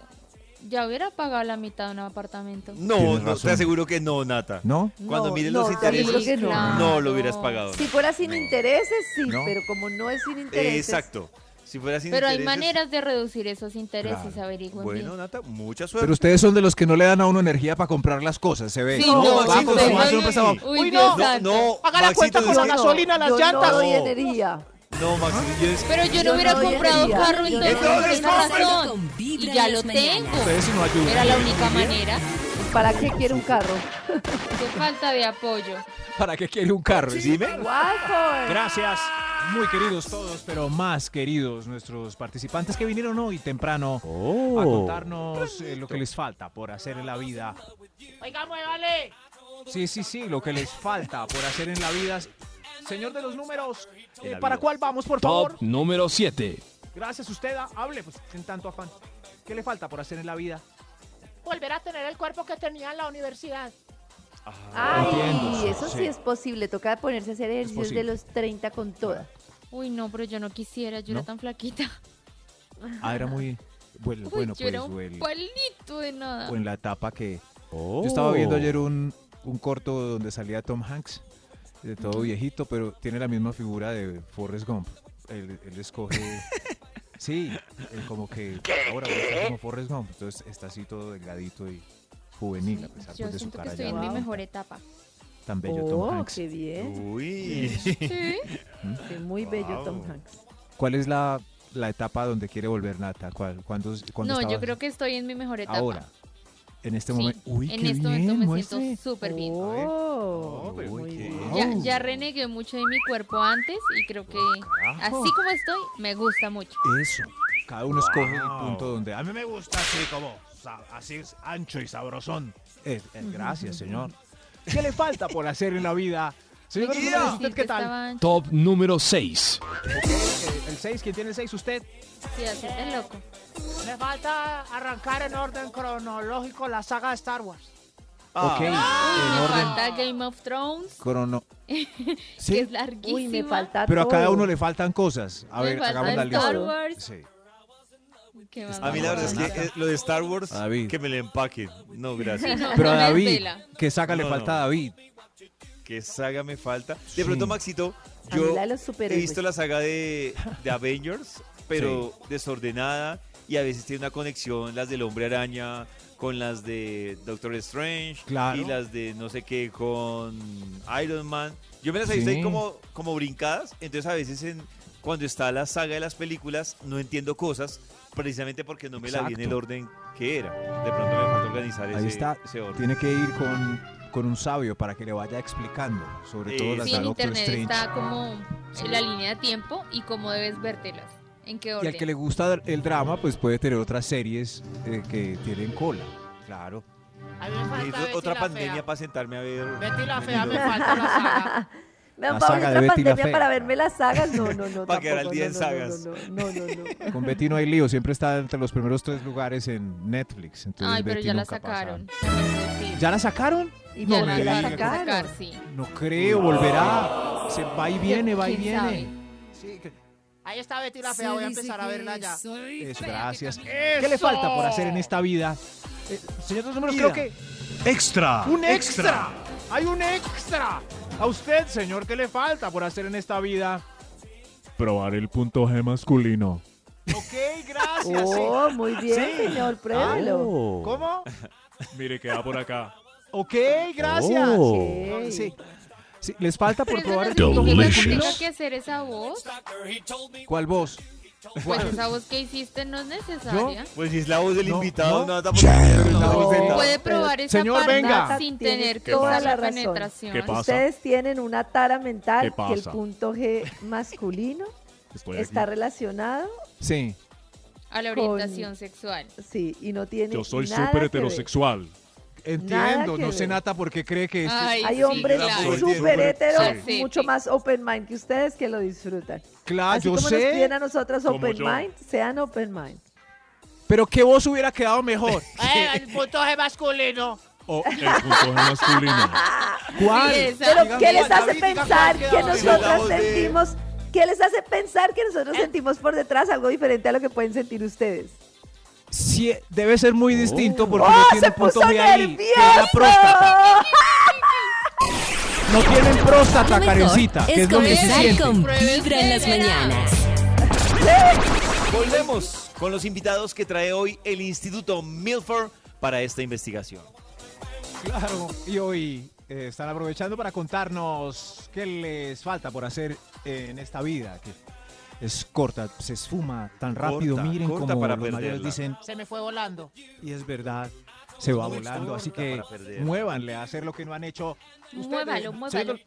[SPEAKER 5] Ya hubiera pagado la mitad de un apartamento.
[SPEAKER 4] No,
[SPEAKER 6] Tienes
[SPEAKER 4] no, te
[SPEAKER 6] razón.
[SPEAKER 4] aseguro que no, Nata.
[SPEAKER 6] ¿No?
[SPEAKER 4] Cuando
[SPEAKER 1] No,
[SPEAKER 4] mires
[SPEAKER 1] no,
[SPEAKER 4] los
[SPEAKER 1] te aseguro
[SPEAKER 4] intereses,
[SPEAKER 1] que no.
[SPEAKER 4] no lo hubieras pagado.
[SPEAKER 1] Si fuera sin intereses, sí,
[SPEAKER 6] No.
[SPEAKER 1] pero como no es sin
[SPEAKER 4] Eh,
[SPEAKER 1] intereses.
[SPEAKER 4] Exacto. Si fuera sin
[SPEAKER 5] Pero hay
[SPEAKER 4] intereses-
[SPEAKER 5] maneras de reducir esos intereses,
[SPEAKER 6] Claro.
[SPEAKER 5] averigüen
[SPEAKER 4] Bueno,
[SPEAKER 5] bien.
[SPEAKER 4] Nata, mucha suerte.
[SPEAKER 6] Pero ustedes son de los que no le dan a uno energía para comprar las cosas, se ve.
[SPEAKER 5] Sí,
[SPEAKER 4] No,
[SPEAKER 5] no,
[SPEAKER 4] Maxito,
[SPEAKER 5] sí,
[SPEAKER 4] no,
[SPEAKER 5] no,
[SPEAKER 4] Maxito,
[SPEAKER 5] no,
[SPEAKER 4] no prestamos.
[SPEAKER 5] uy,
[SPEAKER 3] Uy,
[SPEAKER 5] Dios
[SPEAKER 3] no,
[SPEAKER 4] No,
[SPEAKER 5] santo.
[SPEAKER 4] no.
[SPEAKER 3] Haga la cuenta
[SPEAKER 4] Maxito,
[SPEAKER 3] con la
[SPEAKER 4] es-
[SPEAKER 3] gasolina, las
[SPEAKER 1] yo
[SPEAKER 3] llantas.
[SPEAKER 1] No doy
[SPEAKER 4] No.
[SPEAKER 1] energía.
[SPEAKER 4] No, Maxito, yo es-
[SPEAKER 5] Pero yo
[SPEAKER 1] Yo
[SPEAKER 5] no hubiera
[SPEAKER 1] no
[SPEAKER 5] comprado
[SPEAKER 1] diría.
[SPEAKER 5] carro,
[SPEAKER 1] Yo
[SPEAKER 5] entonces
[SPEAKER 4] no
[SPEAKER 5] no
[SPEAKER 4] les
[SPEAKER 5] tengo
[SPEAKER 4] compro.
[SPEAKER 5] razón. Y ya lo tengo.
[SPEAKER 6] Ustedes sí no ayudan.
[SPEAKER 5] Era la única manera.
[SPEAKER 1] ¿Para qué quiero un carro?
[SPEAKER 5] Qué falta de apoyo.
[SPEAKER 6] ¿Para qué quiere un carro?
[SPEAKER 4] Dime.
[SPEAKER 1] Guay, joven.
[SPEAKER 6] Gracias, muy queridos todos, pero más queridos nuestros participantes que vinieron hoy temprano a contarnos eh, lo que les falta por hacer en la vida.
[SPEAKER 3] Oiga, muévale.
[SPEAKER 6] Sí, sí, sí, lo que les falta por hacer en la vida. Señor de los números,
[SPEAKER 4] En
[SPEAKER 6] eh,
[SPEAKER 4] la
[SPEAKER 6] ¿para
[SPEAKER 4] vida.
[SPEAKER 6] cuál vamos, por favor?
[SPEAKER 7] Top número 7.
[SPEAKER 6] Gracias, usted. ah, Hable, pues, en tanto afán. ¿Qué le falta por hacer en la vida?
[SPEAKER 3] Volver a tener el cuerpo que tenía en la universidad.
[SPEAKER 1] Ay,
[SPEAKER 6] Entiendo,
[SPEAKER 1] eso sí,
[SPEAKER 6] sí.
[SPEAKER 1] es posible. Toca ponerse a hacer ejercicios
[SPEAKER 6] posible.
[SPEAKER 1] de los 30 con toda.
[SPEAKER 5] Uy, no, pero yo no quisiera, yo
[SPEAKER 6] ¿No?
[SPEAKER 5] era tan flaquita.
[SPEAKER 6] Ah, era muy. Bueno,
[SPEAKER 5] Uy,
[SPEAKER 6] bueno,
[SPEAKER 5] yo
[SPEAKER 6] pues,
[SPEAKER 5] era un
[SPEAKER 6] o el-
[SPEAKER 5] palito de nada.
[SPEAKER 6] o en la etapa que. Yo estaba
[SPEAKER 4] Oh.
[SPEAKER 6] viendo
[SPEAKER 1] Oh,
[SPEAKER 6] ayer un, un corto donde salía Tom Hanks, de todo viejito, pero tiene la misma figura de Forrest Gump. Él, él escoge. sí, él como que ahora voy a estar como Forrest Gump. Entonces está así todo delgadito y juvenil, a pesar
[SPEAKER 5] yo
[SPEAKER 6] pues, de su
[SPEAKER 5] siento que
[SPEAKER 6] cara
[SPEAKER 5] estoy
[SPEAKER 6] ya
[SPEAKER 5] en mi
[SPEAKER 1] Wow.
[SPEAKER 5] mejor etapa.
[SPEAKER 6] tan bello Tom
[SPEAKER 1] Oh,
[SPEAKER 6] Hanks.
[SPEAKER 1] qué bien.
[SPEAKER 4] Uy.
[SPEAKER 5] Sí.
[SPEAKER 1] Qué Muy bello
[SPEAKER 4] Wow.
[SPEAKER 1] Tom Hanks.
[SPEAKER 6] ¿Cuál es la, la etapa donde quiere volver Nata? ¿Cuál, cuándo, cuándo
[SPEAKER 5] No, yo
[SPEAKER 6] estabas?
[SPEAKER 5] creo que estoy en mi mejor etapa.
[SPEAKER 6] ahora. En este
[SPEAKER 5] Sí,
[SPEAKER 6] momento. Uy,
[SPEAKER 5] en
[SPEAKER 6] qué
[SPEAKER 5] este
[SPEAKER 6] bien,
[SPEAKER 5] momento me
[SPEAKER 6] muestre.
[SPEAKER 5] siento súper bien.
[SPEAKER 1] Oh,
[SPEAKER 4] No, pero
[SPEAKER 1] muy
[SPEAKER 4] qué-
[SPEAKER 1] bien.
[SPEAKER 5] Ya,
[SPEAKER 6] Wow.
[SPEAKER 5] ya renegué mucho de mi cuerpo antes y creo que así
[SPEAKER 6] carajo.
[SPEAKER 5] como estoy, me gusta mucho.
[SPEAKER 6] Eso. Cada uno escoge el punto donde. A mí me
[SPEAKER 8] gusta así como sa- así es ancho y sabrosón.
[SPEAKER 6] Eh, eh, gracias, señor. ¿Qué le falta por hacer en la vida? Señor,
[SPEAKER 5] Quiero
[SPEAKER 6] número
[SPEAKER 5] decir
[SPEAKER 6] ¿usted qué
[SPEAKER 5] que
[SPEAKER 6] tal?
[SPEAKER 5] estaba ancha.
[SPEAKER 7] Top número 6.
[SPEAKER 6] Eh, El 6, ¿quién tiene el 6? Usted.
[SPEAKER 5] Sí, así de loco.
[SPEAKER 3] Me falta arrancar en orden cronológico la saga de Star Wars.
[SPEAKER 4] Ah.
[SPEAKER 6] Ok.
[SPEAKER 5] Uy,
[SPEAKER 6] en
[SPEAKER 5] me
[SPEAKER 6] orden
[SPEAKER 5] falta Game of Thrones,
[SPEAKER 6] crono.
[SPEAKER 5] que
[SPEAKER 6] Sí,
[SPEAKER 5] es larguísima.
[SPEAKER 1] Uy, me falta
[SPEAKER 6] pero a cada
[SPEAKER 1] todo.
[SPEAKER 6] uno le faltan cosas. A
[SPEAKER 5] Me
[SPEAKER 6] ver,
[SPEAKER 5] falta
[SPEAKER 6] hagamos la
[SPEAKER 5] Star
[SPEAKER 6] lista.
[SPEAKER 5] Wars.
[SPEAKER 6] Sí.
[SPEAKER 5] ¿Qué más
[SPEAKER 4] A mí la
[SPEAKER 5] me
[SPEAKER 4] verdad es
[SPEAKER 5] falta?
[SPEAKER 4] que eh, lo de Star Wars,
[SPEAKER 6] A David.
[SPEAKER 4] que me lo empaquen. No,
[SPEAKER 5] Sí,
[SPEAKER 4] gracias.
[SPEAKER 5] no,
[SPEAKER 6] Pero a
[SPEAKER 5] no les
[SPEAKER 6] David,
[SPEAKER 5] vela.
[SPEAKER 6] ¿qué saca le
[SPEAKER 4] No,
[SPEAKER 6] falta
[SPEAKER 4] no.
[SPEAKER 6] a David?
[SPEAKER 4] Que saga me falta.
[SPEAKER 6] Sí.
[SPEAKER 4] De pronto, Maxito,
[SPEAKER 1] A mí
[SPEAKER 4] yo
[SPEAKER 1] la de los
[SPEAKER 4] he
[SPEAKER 1] superhéroes.
[SPEAKER 4] visto la saga de, de Avengers, pero desordenada y a veces tiene una conexión las del Hombre Araña con las de Doctor Strange
[SPEAKER 6] Claro.
[SPEAKER 4] y las de no sé qué con Iron Man. Yo me las he visto
[SPEAKER 6] Sí.
[SPEAKER 4] ahí como, como brincadas, entonces a veces en, cuando está la saga de las películas no entiendo cosas precisamente porque no me la vi en
[SPEAKER 6] Exacto.
[SPEAKER 4] el orden que era. De pronto me falta organizar
[SPEAKER 6] Ahí
[SPEAKER 4] ese,
[SPEAKER 6] está.
[SPEAKER 4] ese orden.
[SPEAKER 6] Tiene que ir con, con un sabio para que le vaya explicando. Sobre todo
[SPEAKER 4] Sí,
[SPEAKER 6] las
[SPEAKER 5] Sí,
[SPEAKER 6] de
[SPEAKER 5] en
[SPEAKER 6] Doctor
[SPEAKER 5] internet
[SPEAKER 6] Strange.
[SPEAKER 5] está como en la línea de tiempo y cómo debes vértelas. ¿En qué
[SPEAKER 6] Y
[SPEAKER 5] orden?
[SPEAKER 6] al que le gusta el drama, pues puede tener otras series eh, que tienen cola. Claro.
[SPEAKER 3] A mí me falta
[SPEAKER 4] Necesito
[SPEAKER 3] Betty
[SPEAKER 4] otra
[SPEAKER 3] la
[SPEAKER 4] pandemia
[SPEAKER 3] Fea.
[SPEAKER 4] para sentarme a ver.
[SPEAKER 3] Betty la fea me
[SPEAKER 4] Menudo.
[SPEAKER 3] falta la saga.
[SPEAKER 1] Me han
[SPEAKER 6] La
[SPEAKER 1] pagado
[SPEAKER 6] saga de
[SPEAKER 1] otra
[SPEAKER 6] Betty la
[SPEAKER 1] pandemia
[SPEAKER 6] Fea.
[SPEAKER 1] para verme las sagas. No, no, no.
[SPEAKER 4] Para quedar al
[SPEAKER 1] tampoco,
[SPEAKER 4] día en
[SPEAKER 1] no,
[SPEAKER 4] sagas.
[SPEAKER 1] No, no, no. no, no, no.
[SPEAKER 6] Con Betty no hay lío, siempre está entre los primeros tres lugares en Netflix. Entonces
[SPEAKER 5] Ay, pero
[SPEAKER 6] Betty
[SPEAKER 5] ya la
[SPEAKER 6] nunca pasa.
[SPEAKER 5] sacaron. Sí,
[SPEAKER 6] ¿Ya la sacaron?
[SPEAKER 1] ¿Y
[SPEAKER 5] ya
[SPEAKER 1] por
[SPEAKER 5] la
[SPEAKER 1] qué la
[SPEAKER 5] van a
[SPEAKER 1] sacaron?
[SPEAKER 5] sacar, sí.
[SPEAKER 6] No creo, volverá. Se va y viene, va y
[SPEAKER 5] ¿Quién
[SPEAKER 6] viene.
[SPEAKER 5] sabe?
[SPEAKER 6] Sí, que-
[SPEAKER 3] Ahí está Betty la fea, voy a empezar a verla ya. Eh,
[SPEAKER 6] eso, gracias. ¿Qué le falta por hacer en esta vida? Eh, señor de los números,
[SPEAKER 8] Ida.
[SPEAKER 6] creo que
[SPEAKER 8] Extra.
[SPEAKER 6] un Ah, extra. Hay un extra. A usted, señor, ¿qué le falta por hacer en esta vida? Probar el punto G masculino.
[SPEAKER 3] Ok, gracias. sí.
[SPEAKER 1] Oh, muy bien,
[SPEAKER 6] Sí.
[SPEAKER 1] señor. Pruébelo.
[SPEAKER 6] ¿Cómo?
[SPEAKER 7] Mire que va por acá.
[SPEAKER 6] Ok, gracias.
[SPEAKER 1] Ok.
[SPEAKER 6] Sí. Sí, les falta por
[SPEAKER 5] Pero eso
[SPEAKER 6] probar
[SPEAKER 5] no
[SPEAKER 6] el punto G
[SPEAKER 5] significa que
[SPEAKER 6] masculino.
[SPEAKER 5] tenga que hacer esa voz.
[SPEAKER 6] ¿Cuál voz?
[SPEAKER 5] Pues esa voz que hiciste no es necesaria.
[SPEAKER 4] Pues si es la voz del
[SPEAKER 6] No,
[SPEAKER 4] invitado,
[SPEAKER 6] no.
[SPEAKER 4] no, tampoco. Pero es la voz del-
[SPEAKER 1] No.
[SPEAKER 5] Puede
[SPEAKER 1] Pero-
[SPEAKER 5] probar esa
[SPEAKER 6] Señor,
[SPEAKER 5] parte
[SPEAKER 6] venga.
[SPEAKER 5] sin
[SPEAKER 1] Tiene
[SPEAKER 5] tener que
[SPEAKER 1] toda
[SPEAKER 5] usar
[SPEAKER 1] la
[SPEAKER 5] la
[SPEAKER 1] razón.
[SPEAKER 5] penetración.
[SPEAKER 7] ¿Qué pasa?
[SPEAKER 1] Ustedes tienen una tara mental
[SPEAKER 7] ¿Qué
[SPEAKER 1] que el
[SPEAKER 7] pasa?
[SPEAKER 1] punto G masculino
[SPEAKER 7] Estoy aquí.
[SPEAKER 1] está relacionado,
[SPEAKER 6] Sí.
[SPEAKER 5] A la orientación sexual.
[SPEAKER 1] sí, y no tiene
[SPEAKER 7] Yo soy
[SPEAKER 1] nada
[SPEAKER 7] súper
[SPEAKER 1] que ver.
[SPEAKER 7] heterosexual.
[SPEAKER 6] Entiendo,
[SPEAKER 1] que
[SPEAKER 6] no
[SPEAKER 1] ver.
[SPEAKER 6] se nata porque cree que esto es-
[SPEAKER 5] Ay,
[SPEAKER 1] Hay
[SPEAKER 5] sí,
[SPEAKER 1] hombres
[SPEAKER 5] claro.
[SPEAKER 1] súper heteros,
[SPEAKER 5] Sí.
[SPEAKER 1] mucho más open mind que ustedes que lo disfrutan.
[SPEAKER 6] Claro,
[SPEAKER 1] Así
[SPEAKER 6] yo
[SPEAKER 1] como nos
[SPEAKER 6] sé,
[SPEAKER 1] piden a nosotras
[SPEAKER 7] como
[SPEAKER 1] open
[SPEAKER 7] yo.
[SPEAKER 1] mind, sean open mind.
[SPEAKER 6] pero que vos hubiera quedado mejor.
[SPEAKER 3] Eh, el punto G masculino.
[SPEAKER 7] O el punto G masculino.
[SPEAKER 6] ¿Cuál?
[SPEAKER 5] Sí, esa-
[SPEAKER 1] Pero
[SPEAKER 6] Dígame,
[SPEAKER 1] ¿qué les
[SPEAKER 6] David,
[SPEAKER 1] hace
[SPEAKER 6] diga cuál
[SPEAKER 1] pensar
[SPEAKER 6] queda
[SPEAKER 1] que
[SPEAKER 6] mejor.
[SPEAKER 4] La
[SPEAKER 1] nosotras
[SPEAKER 4] voz de-
[SPEAKER 1] sentimos? ¿Qué les hace pensar que
[SPEAKER 5] Eh.
[SPEAKER 1] nosotros sentimos por detrás algo diferente a lo que pueden sentir ustedes?
[SPEAKER 6] Sí, debe ser muy distinto porque no
[SPEAKER 1] ¡Oh,
[SPEAKER 6] tiene
[SPEAKER 1] se
[SPEAKER 6] un punto
[SPEAKER 1] puso
[SPEAKER 6] G ahí, que es la próstata.
[SPEAKER 1] nervioso!
[SPEAKER 6] No tienen próstata,
[SPEAKER 2] Lo
[SPEAKER 6] Karencita,
[SPEAKER 2] mejor
[SPEAKER 6] que
[SPEAKER 2] es
[SPEAKER 6] es lo que se
[SPEAKER 2] comenzar
[SPEAKER 6] siente.
[SPEAKER 2] con
[SPEAKER 5] Pruebes
[SPEAKER 2] Vibra en las
[SPEAKER 5] de verano.
[SPEAKER 2] mañanas.
[SPEAKER 4] Volvemos con los invitados que trae hoy el Instituto Milford para esta investigación.
[SPEAKER 6] Claro, y hoy eh, están aprovechando para contarnos qué les falta por hacer en esta vida, que es corta, se esfuma tan rápido,
[SPEAKER 4] Corta,
[SPEAKER 6] miren
[SPEAKER 4] corta
[SPEAKER 6] como
[SPEAKER 4] para
[SPEAKER 6] los mayores
[SPEAKER 4] perderla.
[SPEAKER 6] dicen,
[SPEAKER 3] Se me fue volando.
[SPEAKER 6] y es verdad, se va
[SPEAKER 4] Muy
[SPEAKER 6] volando, así
[SPEAKER 4] corta
[SPEAKER 6] que
[SPEAKER 4] para perderla.
[SPEAKER 6] muévanle a hacer lo que no han hecho. ustedes.
[SPEAKER 5] Muévalo, muévalo.
[SPEAKER 6] Señor de-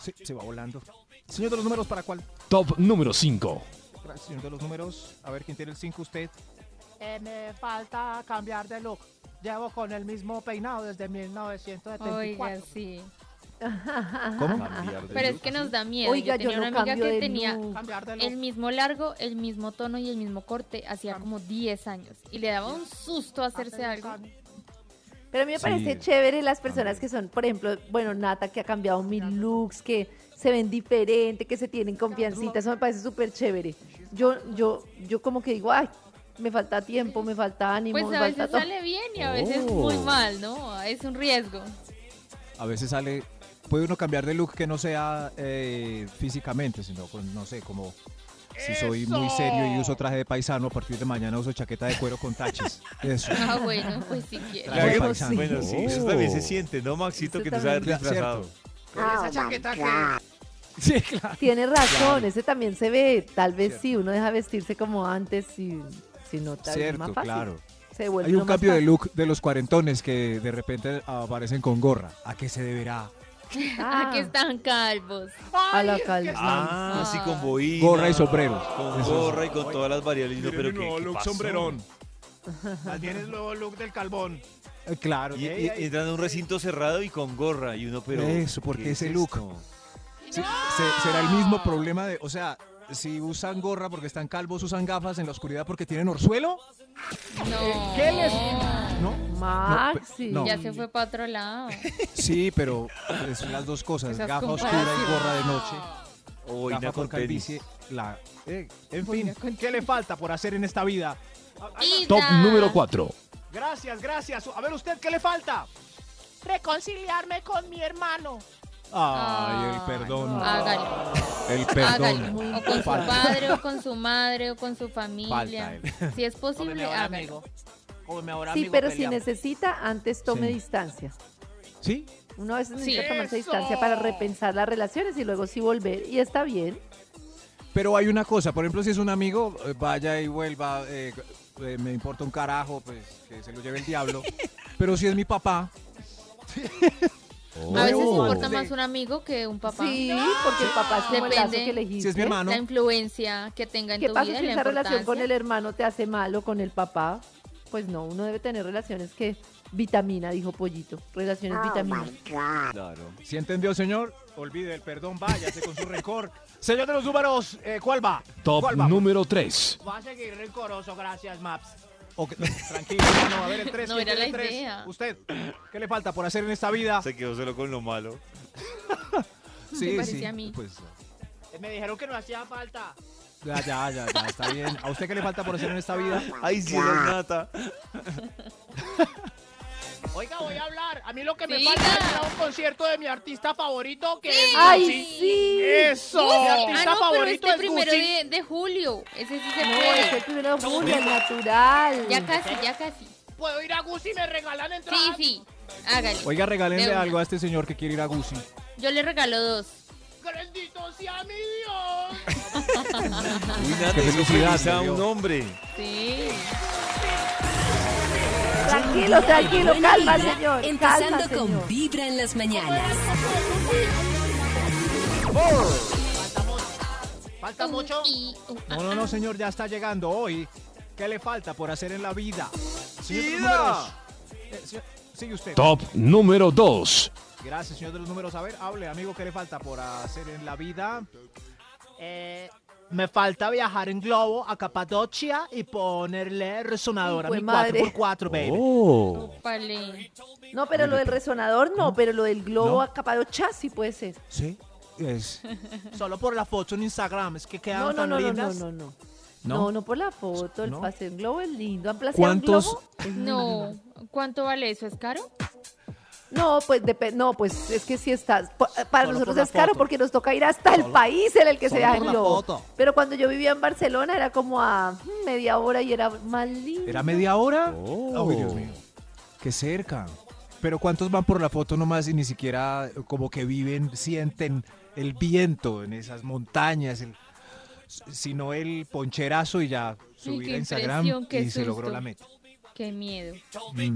[SPEAKER 6] Sí, se va volando. Señor de los números, ¿para cuál?
[SPEAKER 7] Top número 5.
[SPEAKER 6] Para el Señor de los números, a ver quién tiene el 5 usted.
[SPEAKER 3] Eh, me falta cambiar de look. Llevo con el mismo peinado desde 1974.
[SPEAKER 5] Oiga, sí.
[SPEAKER 6] ¿Cómo?
[SPEAKER 5] Pero es que nos da miedo.
[SPEAKER 1] Oiga, yo
[SPEAKER 5] tenía
[SPEAKER 1] no
[SPEAKER 5] una amiga
[SPEAKER 1] cambio
[SPEAKER 5] que
[SPEAKER 1] de
[SPEAKER 5] tenía
[SPEAKER 1] look.
[SPEAKER 3] Cambiar de look.
[SPEAKER 5] el mismo largo, el mismo tono y el mismo corte hacía como 10 años. Y le daba un susto hacerse
[SPEAKER 3] Hace diez
[SPEAKER 5] algo.
[SPEAKER 3] años.
[SPEAKER 1] Pero a mí me
[SPEAKER 6] Sí,
[SPEAKER 1] parece chévere las personas que son, por ejemplo, bueno, Nata, que ha cambiado mil looks, que se ven diferente, que se tienen confiancita, eso me parece súper chévere. Yo, yo, yo como que digo, ay, me falta tiempo, me falta ánimo,
[SPEAKER 5] Pues
[SPEAKER 1] me
[SPEAKER 5] a
[SPEAKER 1] falta
[SPEAKER 5] veces
[SPEAKER 1] todo.
[SPEAKER 5] sale bien y a veces
[SPEAKER 6] Oh.
[SPEAKER 5] muy mal, ¿no? Es un riesgo.
[SPEAKER 6] A veces sale, puede uno cambiar de look que no sea eh, físicamente, sino con, no sé, como si soy muy
[SPEAKER 3] ¡Eso!
[SPEAKER 6] serio y uso traje de paisano, a partir de mañana uso chaqueta de cuero con taches. Eso.
[SPEAKER 5] Ah, bueno, pues si quieres.
[SPEAKER 6] Claro,
[SPEAKER 1] Bueno,
[SPEAKER 6] paisano.
[SPEAKER 1] sí.
[SPEAKER 4] Bueno, sí, eso
[SPEAKER 7] Oh.
[SPEAKER 4] también se siente, ¿no, Maxito?
[SPEAKER 1] Eso
[SPEAKER 4] Que tú
[SPEAKER 1] también.
[SPEAKER 4] sabes disfrazado.
[SPEAKER 6] Cierto.
[SPEAKER 1] Oh
[SPEAKER 3] Esa chaqueta que...
[SPEAKER 6] Sí, claro.
[SPEAKER 1] Tiene razón, ese también se ve, tal vez sí, uno deja vestirse como antes y si no, tal vez es más
[SPEAKER 6] Cierto,
[SPEAKER 1] fácil.
[SPEAKER 6] claro.
[SPEAKER 1] Se vuelve
[SPEAKER 6] Hay
[SPEAKER 1] uno
[SPEAKER 6] un
[SPEAKER 1] más
[SPEAKER 6] cambio de
[SPEAKER 1] fácil.
[SPEAKER 6] look de los cuarentones que de repente aparecen con gorra. ¿A qué se deberá?
[SPEAKER 1] Ah,
[SPEAKER 5] Aquí están calvos.
[SPEAKER 1] A la
[SPEAKER 3] Ay, es que
[SPEAKER 1] calva.
[SPEAKER 3] está-
[SPEAKER 4] Ah, así con boina.
[SPEAKER 6] Gorra y sombrero.
[SPEAKER 4] Con
[SPEAKER 6] Eso es.
[SPEAKER 4] gorra y con todas las variables. No, pero ¿qué, qué pasó?
[SPEAKER 8] Más bien el nuevo look del calvón.
[SPEAKER 6] Eh, Claro.
[SPEAKER 4] Y,
[SPEAKER 6] ey,
[SPEAKER 4] y
[SPEAKER 6] ey,
[SPEAKER 4] entran a un recinto cerrado y con gorra y uno, pero...
[SPEAKER 6] Eso, ¿por qué
[SPEAKER 4] es
[SPEAKER 6] ese look?
[SPEAKER 4] esto?
[SPEAKER 6] sí, se- será el mismo problema de, o sea, si usan gorra porque están calvos, usan gafas en la oscuridad porque tienen orzuelo.
[SPEAKER 1] Eh,
[SPEAKER 5] No.
[SPEAKER 6] ¿Qué les- No,
[SPEAKER 1] Maxi.
[SPEAKER 6] No,
[SPEAKER 5] Ya se fue para otro lado.
[SPEAKER 6] Sí, pero es las dos cosas,
[SPEAKER 5] Esas
[SPEAKER 6] gafa oscura y gorra de noche,
[SPEAKER 4] O
[SPEAKER 6] gafa
[SPEAKER 4] boina
[SPEAKER 6] con
[SPEAKER 4] con
[SPEAKER 6] calvicie,
[SPEAKER 4] tenis.
[SPEAKER 6] la... eh, en fin, ¿qué le falta por hacer en esta vida?
[SPEAKER 7] Top
[SPEAKER 5] Ida.
[SPEAKER 7] número 4.
[SPEAKER 8] Gracias, gracias. A ver usted, ¿qué le falta?
[SPEAKER 3] Reconciliarme con mi hermano.
[SPEAKER 6] Ay, el
[SPEAKER 5] Ah,
[SPEAKER 6] perdón,
[SPEAKER 5] Hágalo,
[SPEAKER 6] el
[SPEAKER 5] hágalo.
[SPEAKER 6] perdón.
[SPEAKER 5] O con su
[SPEAKER 6] Falta.
[SPEAKER 5] padre, o con su madre, o con su
[SPEAKER 6] Falta
[SPEAKER 5] familia.
[SPEAKER 6] el-
[SPEAKER 5] Si es posible, hágalo.
[SPEAKER 8] Come ahora,
[SPEAKER 1] Sí,
[SPEAKER 8] amigo,
[SPEAKER 1] pero si
[SPEAKER 8] peleamos.
[SPEAKER 1] necesita, antes tome
[SPEAKER 6] Sí.
[SPEAKER 1] distancia.
[SPEAKER 6] ¿Sí?
[SPEAKER 1] Uno a veces
[SPEAKER 5] Sí.
[SPEAKER 1] necesita tomarse
[SPEAKER 3] ¡Eso!
[SPEAKER 1] distancia para repensar las relaciones y luego sí volver. Y está bien.
[SPEAKER 6] Pero hay una cosa, por ejemplo, si es un amigo, eh, vaya y vuelva, eh, eh, me importa un carajo, pues que se lo lleve el diablo. Pero si es mi papá,
[SPEAKER 5] A veces
[SPEAKER 6] Oh.
[SPEAKER 5] importa más un amigo que un papá.
[SPEAKER 1] Sí, porque el papá es como el lazo
[SPEAKER 5] Depende.
[SPEAKER 1] que elegiste.
[SPEAKER 6] si es mi hermano,
[SPEAKER 5] La influencia que tenga en
[SPEAKER 1] ¿Qué
[SPEAKER 5] tu
[SPEAKER 1] pasa
[SPEAKER 5] vida
[SPEAKER 1] si
[SPEAKER 5] y la
[SPEAKER 1] esa relación con
[SPEAKER 5] importancia.
[SPEAKER 1] el hermano te hace mal o con el papá? Pues no, uno debe tener relaciones que vitamina, dijo Pollito. Relaciones vitamina.
[SPEAKER 4] Claro.
[SPEAKER 6] ¿sí entendió, señor? Olvide el perdón, váyase con su rencor.
[SPEAKER 8] Señor de los números, eh, ¿cuál va?
[SPEAKER 7] Top
[SPEAKER 8] ¿Cuál va?
[SPEAKER 7] número 3.
[SPEAKER 3] Va a seguir rencoroso, gracias, Maps.
[SPEAKER 6] Ok, tranquilo, hermano, a ver el 3.
[SPEAKER 5] No era la idea.
[SPEAKER 6] Usted, ¿qué le falta por hacer en esta vida?
[SPEAKER 4] Se quedó solo con lo malo.
[SPEAKER 5] Me parecía a mí.
[SPEAKER 6] Pues
[SPEAKER 3] Eh, Me dijeron que no hacía falta.
[SPEAKER 6] ya, ya, ya, ya, está bien. ¿A usted qué le falta por hacer en esta vida?
[SPEAKER 4] Ay, sí, la nata.
[SPEAKER 3] Oiga, voy a hablar. A mí lo que me
[SPEAKER 5] Diga.
[SPEAKER 3] falta es ir a un concierto de mi artista favorito, que es
[SPEAKER 1] ¡Ay,
[SPEAKER 3] Gucci.
[SPEAKER 1] sí!
[SPEAKER 3] ¡Eso! Mi
[SPEAKER 5] Ah, no,
[SPEAKER 3] artista
[SPEAKER 5] pero
[SPEAKER 3] favorito
[SPEAKER 5] este
[SPEAKER 3] es
[SPEAKER 5] primero
[SPEAKER 3] Gucci.
[SPEAKER 5] de, de julio. Ese sí se
[SPEAKER 1] No, es
[SPEAKER 5] puede.
[SPEAKER 1] el primero de julio, el natural.
[SPEAKER 5] Ya casi, ya casi.
[SPEAKER 3] ¿Puedo ir a Gucci y me regalan
[SPEAKER 5] Sí,
[SPEAKER 3] entradas?
[SPEAKER 5] sí. Hágale.
[SPEAKER 6] Oiga,
[SPEAKER 5] De
[SPEAKER 6] regálenle
[SPEAKER 5] una.
[SPEAKER 6] algo a este señor que quiere ir a Gucci.
[SPEAKER 5] Yo le regalo dos.
[SPEAKER 3] ¡Bendito sea mi Dios!
[SPEAKER 4] Uy, nata,
[SPEAKER 6] Qué
[SPEAKER 4] eso
[SPEAKER 6] felicidad,
[SPEAKER 4] feliz a
[SPEAKER 6] me dio.
[SPEAKER 4] un hombre.
[SPEAKER 5] Sí.
[SPEAKER 1] Tranquilo, tranquilo,
[SPEAKER 2] Buena
[SPEAKER 1] calma,
[SPEAKER 2] vibra,
[SPEAKER 1] señor.
[SPEAKER 2] Empezando
[SPEAKER 1] calma,
[SPEAKER 2] con
[SPEAKER 1] señor.
[SPEAKER 2] Vibra en las mañanas.
[SPEAKER 3] ¿Falta mucho?
[SPEAKER 5] Y- uh,
[SPEAKER 6] No, no, no, señor, ya está llegando hoy. ¿Qué le falta por hacer en la vida? Señor de los números, eh, señor-
[SPEAKER 8] Sigue usted.
[SPEAKER 7] Top número 2.
[SPEAKER 8] Gracias, señor de los números. A ver, hable, amigo, ¿qué le falta por hacer en la vida?
[SPEAKER 3] Eh, me falta viajar en globo a Capadocia y ponerle resonador a
[SPEAKER 1] Hijo de
[SPEAKER 3] mi
[SPEAKER 1] madre.
[SPEAKER 3] 4x4, baby.
[SPEAKER 7] Oh.
[SPEAKER 5] Ópale.
[SPEAKER 1] No, pero lo del resonador no, pero lo del globo acapadocha sí puede ser.
[SPEAKER 6] Sí, es.
[SPEAKER 3] Solo por la foto en Instagram, es que quedan
[SPEAKER 1] No, no,
[SPEAKER 3] tan
[SPEAKER 1] no, no, no,
[SPEAKER 3] lindas.
[SPEAKER 1] no, no.
[SPEAKER 6] ¿No?
[SPEAKER 1] No, no por la foto, el
[SPEAKER 6] ¿No?
[SPEAKER 1] paseo en globo es lindo. ¿Han placeado un
[SPEAKER 6] ¿Cuántos?
[SPEAKER 1] globo?
[SPEAKER 5] No. ¿Cuánto vale eso? ¿Es caro?
[SPEAKER 1] No, pues depe- no, pues es que si estás pa- eh, para
[SPEAKER 3] Solo
[SPEAKER 1] nosotros
[SPEAKER 3] por la
[SPEAKER 1] es caro
[SPEAKER 3] foto.
[SPEAKER 1] porque nos toca ir hasta el país en el que se
[SPEAKER 3] solo
[SPEAKER 1] da
[SPEAKER 3] por
[SPEAKER 1] el
[SPEAKER 3] la
[SPEAKER 1] globo.
[SPEAKER 3] foto.
[SPEAKER 1] Pero cuando yo vivía en Barcelona era como a mm, media hora y era más lindo.
[SPEAKER 6] ¿Era media hora?
[SPEAKER 7] Oh.
[SPEAKER 6] Ay, Dios mío. Qué cerca. Pero ¿cuántos van por la foto nomás y ni siquiera como que viven, sienten el viento en esas montañas? el- sino el poncherazo y ya subir
[SPEAKER 5] qué
[SPEAKER 6] a Instagram
[SPEAKER 5] impresión, qué
[SPEAKER 6] y se logró
[SPEAKER 5] susto.
[SPEAKER 6] la meta.
[SPEAKER 5] Qué miedo.
[SPEAKER 6] Mm.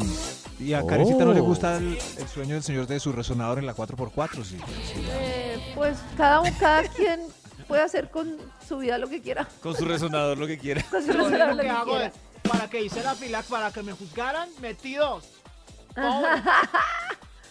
[SPEAKER 6] Y a
[SPEAKER 7] Oh.
[SPEAKER 6] Karencita no le gusta el, el sueño del señor de su resonador en la 4x4, sí.
[SPEAKER 1] Eh, pues cada uno, cada quien puede hacer con su vida lo que quiera.
[SPEAKER 4] Con su resonador, lo que quiera.
[SPEAKER 1] Con su
[SPEAKER 3] Lo
[SPEAKER 1] resonador
[SPEAKER 3] único
[SPEAKER 1] lo
[SPEAKER 3] que
[SPEAKER 1] que
[SPEAKER 3] hago
[SPEAKER 1] quiera.
[SPEAKER 3] es, para que hice la fila, para que me juzgaran, metí dos. Pobre.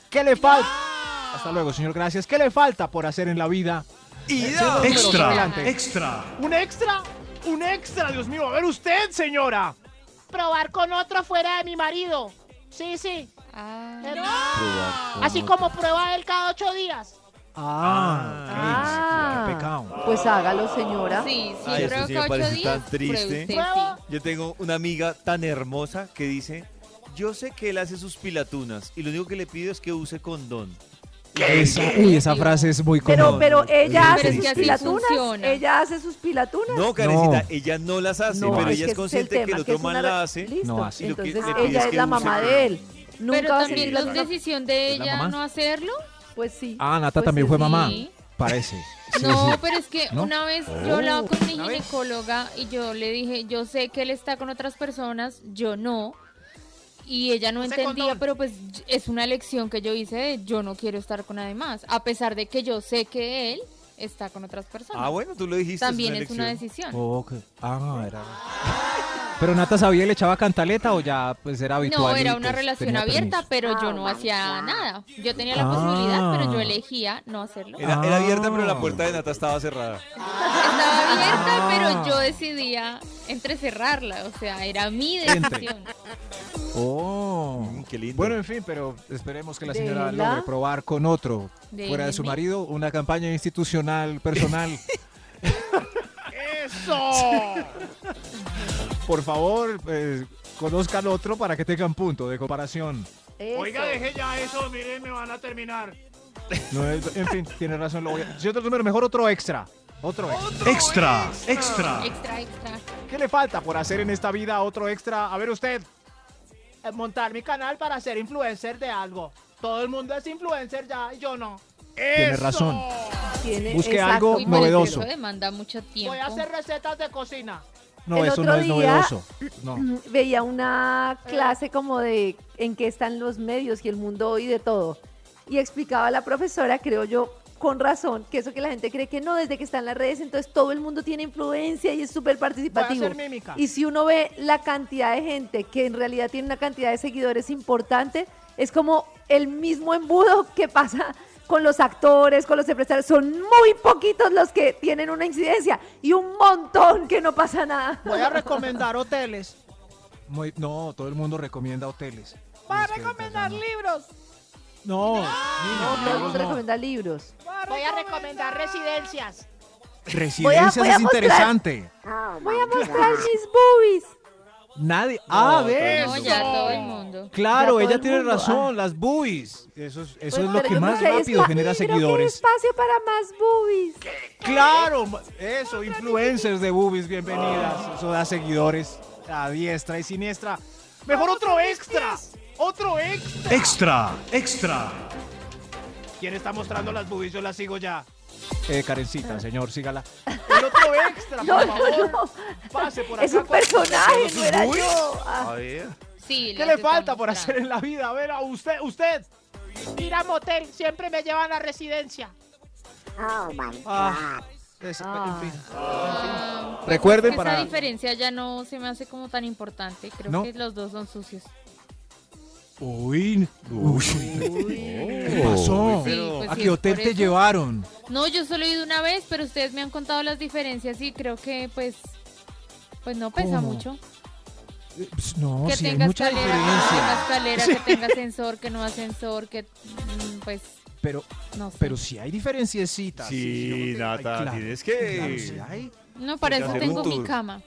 [SPEAKER 6] ¿Qué le falta?
[SPEAKER 5] ¡Ah!
[SPEAKER 6] Hasta luego, señor, gracias. ¿Qué le falta por hacer en la vida?
[SPEAKER 8] Y
[SPEAKER 6] dos.
[SPEAKER 5] Extra,
[SPEAKER 8] extra.
[SPEAKER 3] ¿Un extra? ¿Un extra? Dios mío, a ver usted, señora. Probar con otro fuera de mi marido. Sí, sí.
[SPEAKER 5] Ah,
[SPEAKER 3] Así como prueba él cada ocho días.
[SPEAKER 6] Ah,
[SPEAKER 1] Ah.
[SPEAKER 6] qué pecado.
[SPEAKER 1] Pues hágalo, señora.
[SPEAKER 5] Sí, sí,
[SPEAKER 4] Ay,
[SPEAKER 5] yo
[SPEAKER 4] esto sí
[SPEAKER 5] creo que
[SPEAKER 4] me
[SPEAKER 5] ocho
[SPEAKER 4] parece
[SPEAKER 5] días.
[SPEAKER 4] tan triste.
[SPEAKER 5] pruebe usted,
[SPEAKER 3] Prueba.
[SPEAKER 5] sí.
[SPEAKER 4] Yo tengo una amiga tan hermosa que dice, yo sé que él hace sus pilatunas y lo único que le pido es que use condón.
[SPEAKER 6] Esa, uy, esa frase es muy
[SPEAKER 1] Pero,
[SPEAKER 6] común.
[SPEAKER 1] pero ella hace
[SPEAKER 5] es
[SPEAKER 1] sus
[SPEAKER 5] que así
[SPEAKER 1] pilatunas.
[SPEAKER 5] funciona.
[SPEAKER 1] Ella hace sus pilatunas.
[SPEAKER 4] No, Karencita, ella no las hace,
[SPEAKER 1] No,
[SPEAKER 4] pero ella
[SPEAKER 1] es que ese
[SPEAKER 4] es
[SPEAKER 1] el
[SPEAKER 4] consciente que
[SPEAKER 1] tema,
[SPEAKER 4] el otro
[SPEAKER 1] es una
[SPEAKER 4] man
[SPEAKER 1] re-
[SPEAKER 4] la hace.
[SPEAKER 1] Listo.
[SPEAKER 6] No hace.
[SPEAKER 4] Y lo que
[SPEAKER 1] Entonces
[SPEAKER 4] le
[SPEAKER 1] ella
[SPEAKER 4] pide es
[SPEAKER 1] es,
[SPEAKER 4] que
[SPEAKER 1] la
[SPEAKER 4] use
[SPEAKER 1] mamá
[SPEAKER 4] condón.
[SPEAKER 1] de él. Nunca
[SPEAKER 5] Pero
[SPEAKER 1] va a ser
[SPEAKER 5] también
[SPEAKER 1] la-
[SPEAKER 5] no es decisión de
[SPEAKER 6] ¿Es la
[SPEAKER 5] ella
[SPEAKER 6] mamá?
[SPEAKER 5] no hacerlo.
[SPEAKER 1] Pues sí.
[SPEAKER 6] Ah, Nata
[SPEAKER 1] Pues
[SPEAKER 6] también
[SPEAKER 1] sí.
[SPEAKER 6] fue mamá.
[SPEAKER 5] Sí.
[SPEAKER 6] Parece. Sí,
[SPEAKER 5] No, pues,
[SPEAKER 6] sí.
[SPEAKER 5] pero es que
[SPEAKER 6] ¿No?
[SPEAKER 5] una vez yo hablaba con mi ginecóloga y yo le dije, yo sé que él está con otras personas, yo no. Y ella no
[SPEAKER 3] Use
[SPEAKER 5] entendía,
[SPEAKER 3] condón.
[SPEAKER 5] pero pues y- es una elección que yo hice de yo no quiero estar con nadie más, a pesar de que yo sé que él está con otras personas.
[SPEAKER 4] Ah, bueno, tú lo dijiste.
[SPEAKER 5] También es una
[SPEAKER 4] elección.
[SPEAKER 5] decisión.
[SPEAKER 6] Oh, ok. Ah, era. Pero Nata sabía y le echaba cantaleta o ya pues era habitual.
[SPEAKER 5] No,
[SPEAKER 6] y,
[SPEAKER 5] era una
[SPEAKER 6] pues,
[SPEAKER 5] relación
[SPEAKER 6] tenía
[SPEAKER 5] abierta,
[SPEAKER 6] permiso?
[SPEAKER 5] pero yo no hacía nada. Yo tenía la
[SPEAKER 6] Ah.
[SPEAKER 5] posibilidad, pero yo elegía no hacerlo.
[SPEAKER 4] Era, era abierta, pero
[SPEAKER 6] Ah.
[SPEAKER 4] la puerta de Nata estaba cerrada.
[SPEAKER 5] Estaba abierta,
[SPEAKER 6] Ah.
[SPEAKER 5] pero yo decidía entrecerrarla, o sea, era mi decisión.
[SPEAKER 6] Oh.
[SPEAKER 4] Mm, qué lindo.
[SPEAKER 6] Bueno, en fin, pero esperemos que la señora
[SPEAKER 1] Déjela.
[SPEAKER 6] logre probar con otro fuera de
[SPEAKER 5] Déjenme.
[SPEAKER 6] su marido una campaña institucional personal.
[SPEAKER 3] ¡Eso!
[SPEAKER 6] Por favor, pues, conozcan otro para que tengan punto de comparación.
[SPEAKER 1] Eso.
[SPEAKER 3] Oiga, deje ya eso, miren, me van a terminar.
[SPEAKER 6] No es- en fin, tiene razón. Lo voy a- Señor del número, mejor otro extra. Otro extra.
[SPEAKER 8] Extra, extra.
[SPEAKER 5] Extra, extra.
[SPEAKER 6] ¿Qué le falta por hacer en esta vida otro extra? A ver usted.
[SPEAKER 3] Eh, Montar mi canal para ser influencer de algo. Todo el mundo es influencer ya, y yo no.
[SPEAKER 6] Tiene razón.
[SPEAKER 1] Tiene-
[SPEAKER 6] Busque
[SPEAKER 1] exacto.
[SPEAKER 6] algo
[SPEAKER 5] Uy, pero es que
[SPEAKER 6] Oh, novedoso.
[SPEAKER 5] Eso demanda mucho tiempo.
[SPEAKER 3] Voy a hacer recetas de cocina.
[SPEAKER 6] No,
[SPEAKER 1] El
[SPEAKER 6] eso
[SPEAKER 1] otro
[SPEAKER 6] no es
[SPEAKER 1] día-
[SPEAKER 6] novedoso. No.
[SPEAKER 1] Mm, Veía una clase como de en qué están los medios y el mundo hoy de todo. Y explicaba la profesora, creo yo, con razón, que eso que la gente cree que no, desde que están las redes, entonces todo el mundo tiene influencia y es súper
[SPEAKER 3] Voy a
[SPEAKER 1] participativo.
[SPEAKER 3] hacer mímica.
[SPEAKER 1] Y si uno ve la cantidad de gente que en realidad tiene una cantidad de seguidores importante, es como el mismo embudo que pasa con los actores, con los empresarios. Son muy poquitos los que tienen una incidencia y un montón que no pasa nada.
[SPEAKER 3] Voy a recomendar hoteles.
[SPEAKER 6] Muy- no, todo el mundo recomienda hoteles.
[SPEAKER 3] Voy a
[SPEAKER 6] Es que
[SPEAKER 3] recomendar
[SPEAKER 6] no.
[SPEAKER 3] libros.
[SPEAKER 6] No,
[SPEAKER 1] No,
[SPEAKER 6] niña,
[SPEAKER 1] todo el
[SPEAKER 6] libros
[SPEAKER 1] mundo
[SPEAKER 6] no.
[SPEAKER 1] recomienda libros.
[SPEAKER 3] Voy a recomendar residencias.
[SPEAKER 6] Residencias
[SPEAKER 1] voy a
[SPEAKER 6] es
[SPEAKER 1] mostrar-
[SPEAKER 6] interesante.
[SPEAKER 1] Voy
[SPEAKER 3] Ah,
[SPEAKER 1] a mostrar mis boobies.
[SPEAKER 6] Nadie. a ver.
[SPEAKER 5] No, ya todo el mundo.
[SPEAKER 1] Ya
[SPEAKER 6] Claro,
[SPEAKER 1] todo
[SPEAKER 6] ella
[SPEAKER 1] el
[SPEAKER 6] tiene
[SPEAKER 1] mundo,
[SPEAKER 6] razón, las buoys. Eso es, eso es
[SPEAKER 1] Bueno,
[SPEAKER 6] lo
[SPEAKER 1] Pues pero
[SPEAKER 6] que
[SPEAKER 1] yo
[SPEAKER 6] más
[SPEAKER 1] creo que hay
[SPEAKER 6] rápido
[SPEAKER 1] espa-
[SPEAKER 6] genera
[SPEAKER 1] yo creo que hay
[SPEAKER 6] seguidores.
[SPEAKER 1] espacio para más boobies.
[SPEAKER 6] Claro, ma- eso, influencers de boobies, bienvenidas. Eso da seguidores a diestra y siniestra.
[SPEAKER 3] Mejor otro extra. Otro extra.
[SPEAKER 8] Extra, extra.
[SPEAKER 3] ¿Quién está mostrando las boobies? Yo las sigo ya.
[SPEAKER 6] Eh, Karencita, señor, sígala.
[SPEAKER 3] El otro extra,
[SPEAKER 1] Ah. No,
[SPEAKER 3] por
[SPEAKER 1] no,
[SPEAKER 3] favor.
[SPEAKER 1] no.
[SPEAKER 3] Pase por acá.
[SPEAKER 1] Es un
[SPEAKER 3] con-
[SPEAKER 1] personaje, no era
[SPEAKER 4] Uy,
[SPEAKER 1] yo. Ah,
[SPEAKER 4] A ver.
[SPEAKER 5] Sí,
[SPEAKER 3] ¿Qué
[SPEAKER 5] las
[SPEAKER 3] le
[SPEAKER 5] están
[SPEAKER 3] falta por
[SPEAKER 5] mostrando.
[SPEAKER 3] hacer en la vida? A ver, a usted, usted. Ir a motel, siempre me llevan a residencia.
[SPEAKER 6] Ah, es-
[SPEAKER 1] Ah.
[SPEAKER 6] en fin.
[SPEAKER 5] Ah, pues
[SPEAKER 6] Recuerden
[SPEAKER 5] es que
[SPEAKER 6] para-
[SPEAKER 5] Esa diferencia ya no se me hace como tan importante. Creo
[SPEAKER 6] No.
[SPEAKER 5] que los dos son sucios.
[SPEAKER 6] Uy, uy, ¿qué pasó?
[SPEAKER 5] Sí, pues
[SPEAKER 6] ¿A
[SPEAKER 5] sí,
[SPEAKER 6] qué
[SPEAKER 5] es
[SPEAKER 6] hotel
[SPEAKER 5] por
[SPEAKER 6] te
[SPEAKER 5] eso.
[SPEAKER 6] llevaron?
[SPEAKER 5] No, yo solo he ido una vez, pero ustedes me han contado las diferencias y creo que pues pues no pesa
[SPEAKER 6] ¿Cómo?
[SPEAKER 5] mucho.
[SPEAKER 6] Eh, pues, no,
[SPEAKER 5] que
[SPEAKER 6] sí, hay
[SPEAKER 5] tenga
[SPEAKER 6] mucha
[SPEAKER 5] escalera, que no tenga
[SPEAKER 6] diferencia.
[SPEAKER 5] escalera, que tenga ascensor, que no ascensor, que mm, pues
[SPEAKER 6] Pero,
[SPEAKER 5] no sé.
[SPEAKER 6] pero sí hay diferenciecitas.
[SPEAKER 4] Sí,
[SPEAKER 6] yo creo que- ay,
[SPEAKER 4] Nata,
[SPEAKER 6] claro,
[SPEAKER 4] tienes
[SPEAKER 6] claro, sí
[SPEAKER 4] que.
[SPEAKER 6] hay.
[SPEAKER 5] no, para
[SPEAKER 4] que
[SPEAKER 5] eso
[SPEAKER 4] hacer
[SPEAKER 5] tengo
[SPEAKER 4] un
[SPEAKER 5] mi
[SPEAKER 4] tour.
[SPEAKER 5] cama.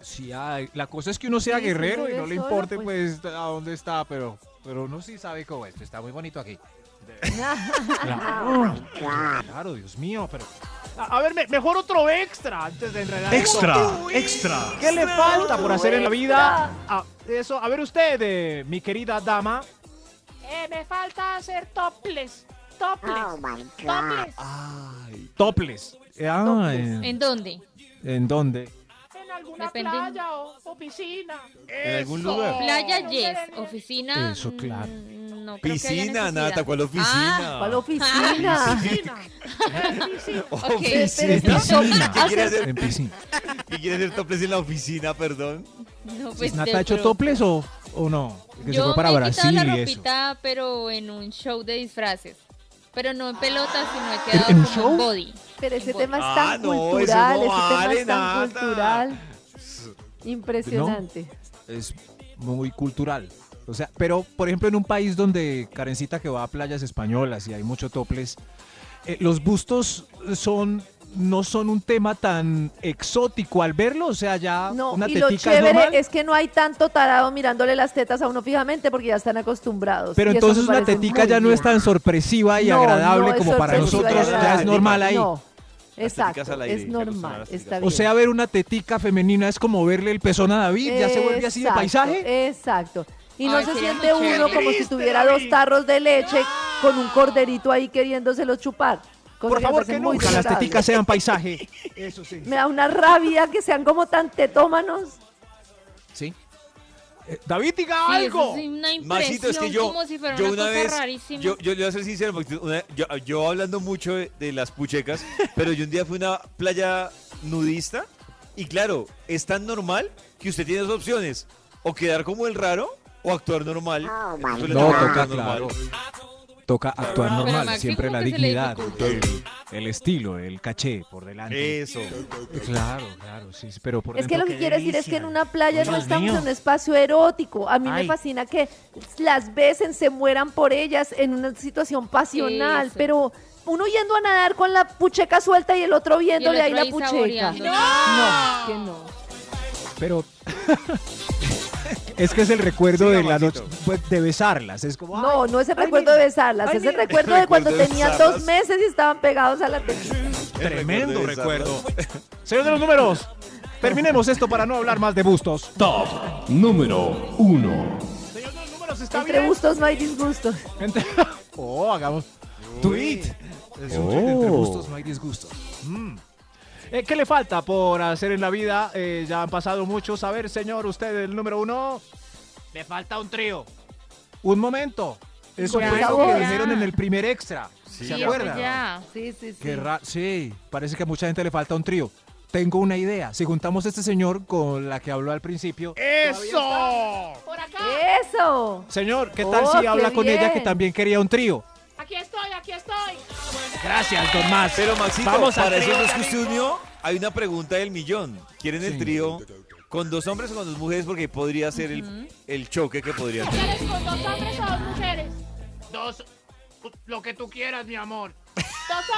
[SPEAKER 6] Sí hay. La cosa es que uno sea
[SPEAKER 1] Sí, si uno
[SPEAKER 6] guerrero y
[SPEAKER 1] vive
[SPEAKER 6] no le
[SPEAKER 1] solo,
[SPEAKER 6] importe
[SPEAKER 1] pues-
[SPEAKER 6] pues, a dónde está, pero, pero uno sí sabe cómo es. Está muy bonito aquí. Claro, Dios mío, pero...
[SPEAKER 3] A, a ver, me- mejor otro extra antes de enredar. esto.
[SPEAKER 6] extra.
[SPEAKER 3] ¿Qué le falta por hacer en la vida? Ah, eso, a ver usted, eh, mi querida dama.
[SPEAKER 9] Eh,
[SPEAKER 3] me falta hacer toples. Toples. Toples.
[SPEAKER 6] Toples. Ah,
[SPEAKER 5] ¿En
[SPEAKER 6] ¿en,
[SPEAKER 5] dónde?
[SPEAKER 6] en dónde?
[SPEAKER 3] En alguna
[SPEAKER 5] Depende.
[SPEAKER 3] playa o, o piscina.
[SPEAKER 4] En algún lugar.
[SPEAKER 5] Playa yes, oficina.
[SPEAKER 6] Eso,
[SPEAKER 5] mm,
[SPEAKER 6] claro.
[SPEAKER 5] No, creo que haya
[SPEAKER 4] Piscina,
[SPEAKER 5] necesidad.
[SPEAKER 4] Nata, ¿cuál oficina?
[SPEAKER 1] ¿Cuál oficina?
[SPEAKER 6] Ah,
[SPEAKER 3] Piscina.
[SPEAKER 9] eh,
[SPEAKER 3] En piscina.
[SPEAKER 5] Ah, ok.
[SPEAKER 1] Pero es que
[SPEAKER 6] Piscina.
[SPEAKER 1] to-
[SPEAKER 4] ¿Qué quiere
[SPEAKER 1] hacer-
[SPEAKER 4] hacer?
[SPEAKER 6] En piscina.
[SPEAKER 4] ¿Y quiere hacer toples en la oficina, perdón?
[SPEAKER 5] No,
[SPEAKER 6] ¿Es
[SPEAKER 5] pues,
[SPEAKER 6] Nata
[SPEAKER 5] de
[SPEAKER 6] ha hecho
[SPEAKER 5] pronto.
[SPEAKER 6] toples o, o no? Que se
[SPEAKER 5] Yo
[SPEAKER 6] fue para
[SPEAKER 5] me he
[SPEAKER 6] Brasil
[SPEAKER 5] quitado la
[SPEAKER 6] y eso.
[SPEAKER 5] ropita, pero en un show de disfraces. Pero no en pelotas, sino he quedado
[SPEAKER 6] ¿En un
[SPEAKER 5] como
[SPEAKER 6] show?
[SPEAKER 5] en body.
[SPEAKER 1] Pero ese
[SPEAKER 5] En
[SPEAKER 1] tema es
[SPEAKER 4] Ah,
[SPEAKER 1] tan
[SPEAKER 4] no, eso no
[SPEAKER 1] cultural, ese tema
[SPEAKER 4] vale
[SPEAKER 1] es tan
[SPEAKER 4] nada.
[SPEAKER 1] cultural. Impresionante.
[SPEAKER 10] Es
[SPEAKER 6] muy cultural. O sea, pero por ejemplo en un país donde Karencita que va a playas españolas y hay mucho toples, eh, los bustos son no son un tema tan exótico al verlo, o sea, ya
[SPEAKER 1] No,
[SPEAKER 6] una
[SPEAKER 1] y lo
[SPEAKER 6] tetica es
[SPEAKER 1] chévere
[SPEAKER 6] normal,
[SPEAKER 1] es que no hay tanto tarado mirándole las tetas a uno fijamente porque ya están acostumbrados.
[SPEAKER 6] pero
[SPEAKER 1] y eso me
[SPEAKER 6] entonces una
[SPEAKER 1] parece
[SPEAKER 6] tetica
[SPEAKER 1] muy
[SPEAKER 6] ya no
[SPEAKER 1] bien.
[SPEAKER 6] es tan sorpresiva y
[SPEAKER 1] No,
[SPEAKER 6] agradable
[SPEAKER 1] no es
[SPEAKER 6] como para
[SPEAKER 1] sorpresiva
[SPEAKER 6] nosotros,
[SPEAKER 1] y
[SPEAKER 6] ya es
[SPEAKER 1] agradable.
[SPEAKER 6] normal ahí.
[SPEAKER 1] No,
[SPEAKER 4] teticas
[SPEAKER 1] exacto,
[SPEAKER 4] al aire,
[SPEAKER 1] es
[SPEAKER 4] se acostumbran a
[SPEAKER 1] normal,
[SPEAKER 4] las
[SPEAKER 1] está
[SPEAKER 4] teticas.
[SPEAKER 1] bien.
[SPEAKER 6] O sea, ver una tetica femenina es como verle el pezón a David, ya se vuelve así de
[SPEAKER 1] Exacto, Eh,
[SPEAKER 6] paisaje.
[SPEAKER 1] Exacto. Y no
[SPEAKER 5] Ay,
[SPEAKER 1] se
[SPEAKER 5] sería
[SPEAKER 1] siente
[SPEAKER 5] muy
[SPEAKER 1] uno
[SPEAKER 5] chévere.
[SPEAKER 1] como si
[SPEAKER 3] Triste,
[SPEAKER 1] tuviera
[SPEAKER 3] David.
[SPEAKER 1] dos tarros de leche con un corderito ahí queriéndoselo chupar. Cosa
[SPEAKER 6] Por
[SPEAKER 1] me
[SPEAKER 6] favor,
[SPEAKER 1] parece
[SPEAKER 6] que
[SPEAKER 1] muy
[SPEAKER 6] nunca las
[SPEAKER 1] desagradable.
[SPEAKER 6] teticas sean paisaje. Eso sí.
[SPEAKER 1] Me da una rabia que sean como tan tetómanos.
[SPEAKER 6] Sí. Eh, David, diga
[SPEAKER 5] Sí,
[SPEAKER 6] algo.
[SPEAKER 5] eso es una impresión
[SPEAKER 4] Maxito, es que yo,
[SPEAKER 5] como si fuera
[SPEAKER 4] yo
[SPEAKER 5] una,
[SPEAKER 4] una
[SPEAKER 5] cosa
[SPEAKER 4] vez,
[SPEAKER 5] rarísima.
[SPEAKER 4] yo, yo le voy a ser sincero, Maxito, una- yo, yo hablando mucho de, de las puchecas, pero yo un día fui a una playa nudista y claro, es tan normal que usted tiene dos opciones, o quedar como el raro o actuar normal. Entonces, le
[SPEAKER 10] No,
[SPEAKER 4] toca
[SPEAKER 10] toca,
[SPEAKER 4] actuar Ah, normal.
[SPEAKER 10] claro. Toca actuar
[SPEAKER 5] Pero
[SPEAKER 10] normal,
[SPEAKER 5] Maxi,
[SPEAKER 10] siempre
[SPEAKER 5] ¿cómo
[SPEAKER 10] la
[SPEAKER 5] que se le
[SPEAKER 10] dignidad,
[SPEAKER 5] dificulta?
[SPEAKER 10] el, el estilo, el caché por delante.
[SPEAKER 4] Eso.
[SPEAKER 6] Claro, claro, sí, sí, pero por
[SPEAKER 1] Es que lo que quiero decir es que en una playa no
[SPEAKER 6] Dios
[SPEAKER 1] estamos
[SPEAKER 6] mío.
[SPEAKER 1] en un espacio erótico. A mí
[SPEAKER 6] Ay.
[SPEAKER 1] me fascina que las besen, se mueran por ellas en una situación pasional,
[SPEAKER 5] Eso.
[SPEAKER 1] pero uno yendo a nadar con la pucheca suelta y el otro viéndole
[SPEAKER 5] otro
[SPEAKER 1] ahí la
[SPEAKER 5] ahí
[SPEAKER 1] pucheca.
[SPEAKER 5] saboreando.
[SPEAKER 1] No, que no.
[SPEAKER 6] Pero es que es el recuerdo
[SPEAKER 4] Siga,
[SPEAKER 6] de la noche
[SPEAKER 4] Maxito.
[SPEAKER 6] pues, de besarlas, es como ah,
[SPEAKER 1] No, no es el
[SPEAKER 6] ay,
[SPEAKER 1] recuerdo
[SPEAKER 6] mira,
[SPEAKER 1] de besarlas,
[SPEAKER 6] ay,
[SPEAKER 1] es el
[SPEAKER 6] mira.
[SPEAKER 1] recuerdo de cuando
[SPEAKER 4] Recuerdo de
[SPEAKER 1] tenían
[SPEAKER 4] besarlas.
[SPEAKER 1] dos meses y estaban pegados a la tequila.
[SPEAKER 4] El
[SPEAKER 6] tremendo
[SPEAKER 4] de besarlas.
[SPEAKER 6] recuerdo. Señor de los números, terminemos esto para no hablar más de bustos.
[SPEAKER 7] Top número 1.
[SPEAKER 3] Señor de los números, ¿está
[SPEAKER 1] Entre
[SPEAKER 3] bien?
[SPEAKER 1] gustos no hay disgustos.
[SPEAKER 6] Entre- oh, hagamos tweet. Es un tweet, entre gustos no hay disgustos. Mm. Eh, ¿Qué le falta por hacer en la vida? Eh, ya han pasado muchos. A ver, señor, usted el número uno.
[SPEAKER 3] Me falta un trío.
[SPEAKER 6] Un momento. Eso
[SPEAKER 1] Ya,
[SPEAKER 6] fue lo que
[SPEAKER 1] ya.
[SPEAKER 6] dijeron en el primer extra.
[SPEAKER 4] Sí.
[SPEAKER 6] ¿Se
[SPEAKER 5] Sí,
[SPEAKER 6] acuerdan?
[SPEAKER 5] eso ya.
[SPEAKER 1] Sí, sí, sí.
[SPEAKER 6] Qué ra- sí, parece que a mucha gente le falta un trío. Tengo una idea. Si juntamos a este señor con la que habló al principio.
[SPEAKER 3] ¡Eso!
[SPEAKER 9] Por acá,
[SPEAKER 1] Eh. Eso.
[SPEAKER 6] Señor, ¿qué tal
[SPEAKER 1] Oh,
[SPEAKER 6] si
[SPEAKER 1] qué
[SPEAKER 6] habla con ella que
[SPEAKER 1] bien.
[SPEAKER 6] también quería un trío?
[SPEAKER 9] aquí estoy, aquí estoy.
[SPEAKER 6] Gracias, don Más.
[SPEAKER 4] Pero Maxito,
[SPEAKER 6] Vamos al
[SPEAKER 4] para
[SPEAKER 6] trío,
[SPEAKER 4] esos dos que usted unió, hay una pregunta del millón. ¿Quieren el
[SPEAKER 6] Sí.
[SPEAKER 4] trío con dos hombres o con dos mujeres? Porque podría ser el, el choque que podría tener.
[SPEAKER 9] ¿Quieres con dos hombres o dos mujeres?
[SPEAKER 3] Dos. Lo que tú quieras, mi amor. Eh.
[SPEAKER 9] ¡Dos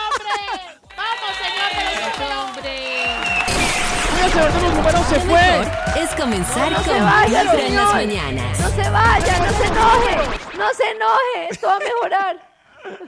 [SPEAKER 9] hombres! ¡Vamos, señor! pero yo creo-
[SPEAKER 5] Hombre,
[SPEAKER 2] Lo mejor es comenzar
[SPEAKER 1] No se
[SPEAKER 2] con
[SPEAKER 1] vaya,
[SPEAKER 2] Vibra en las
[SPEAKER 1] señor.
[SPEAKER 2] mañanas.
[SPEAKER 1] No se vaya, no se enoje. No se enoje. Esto va a mejorar.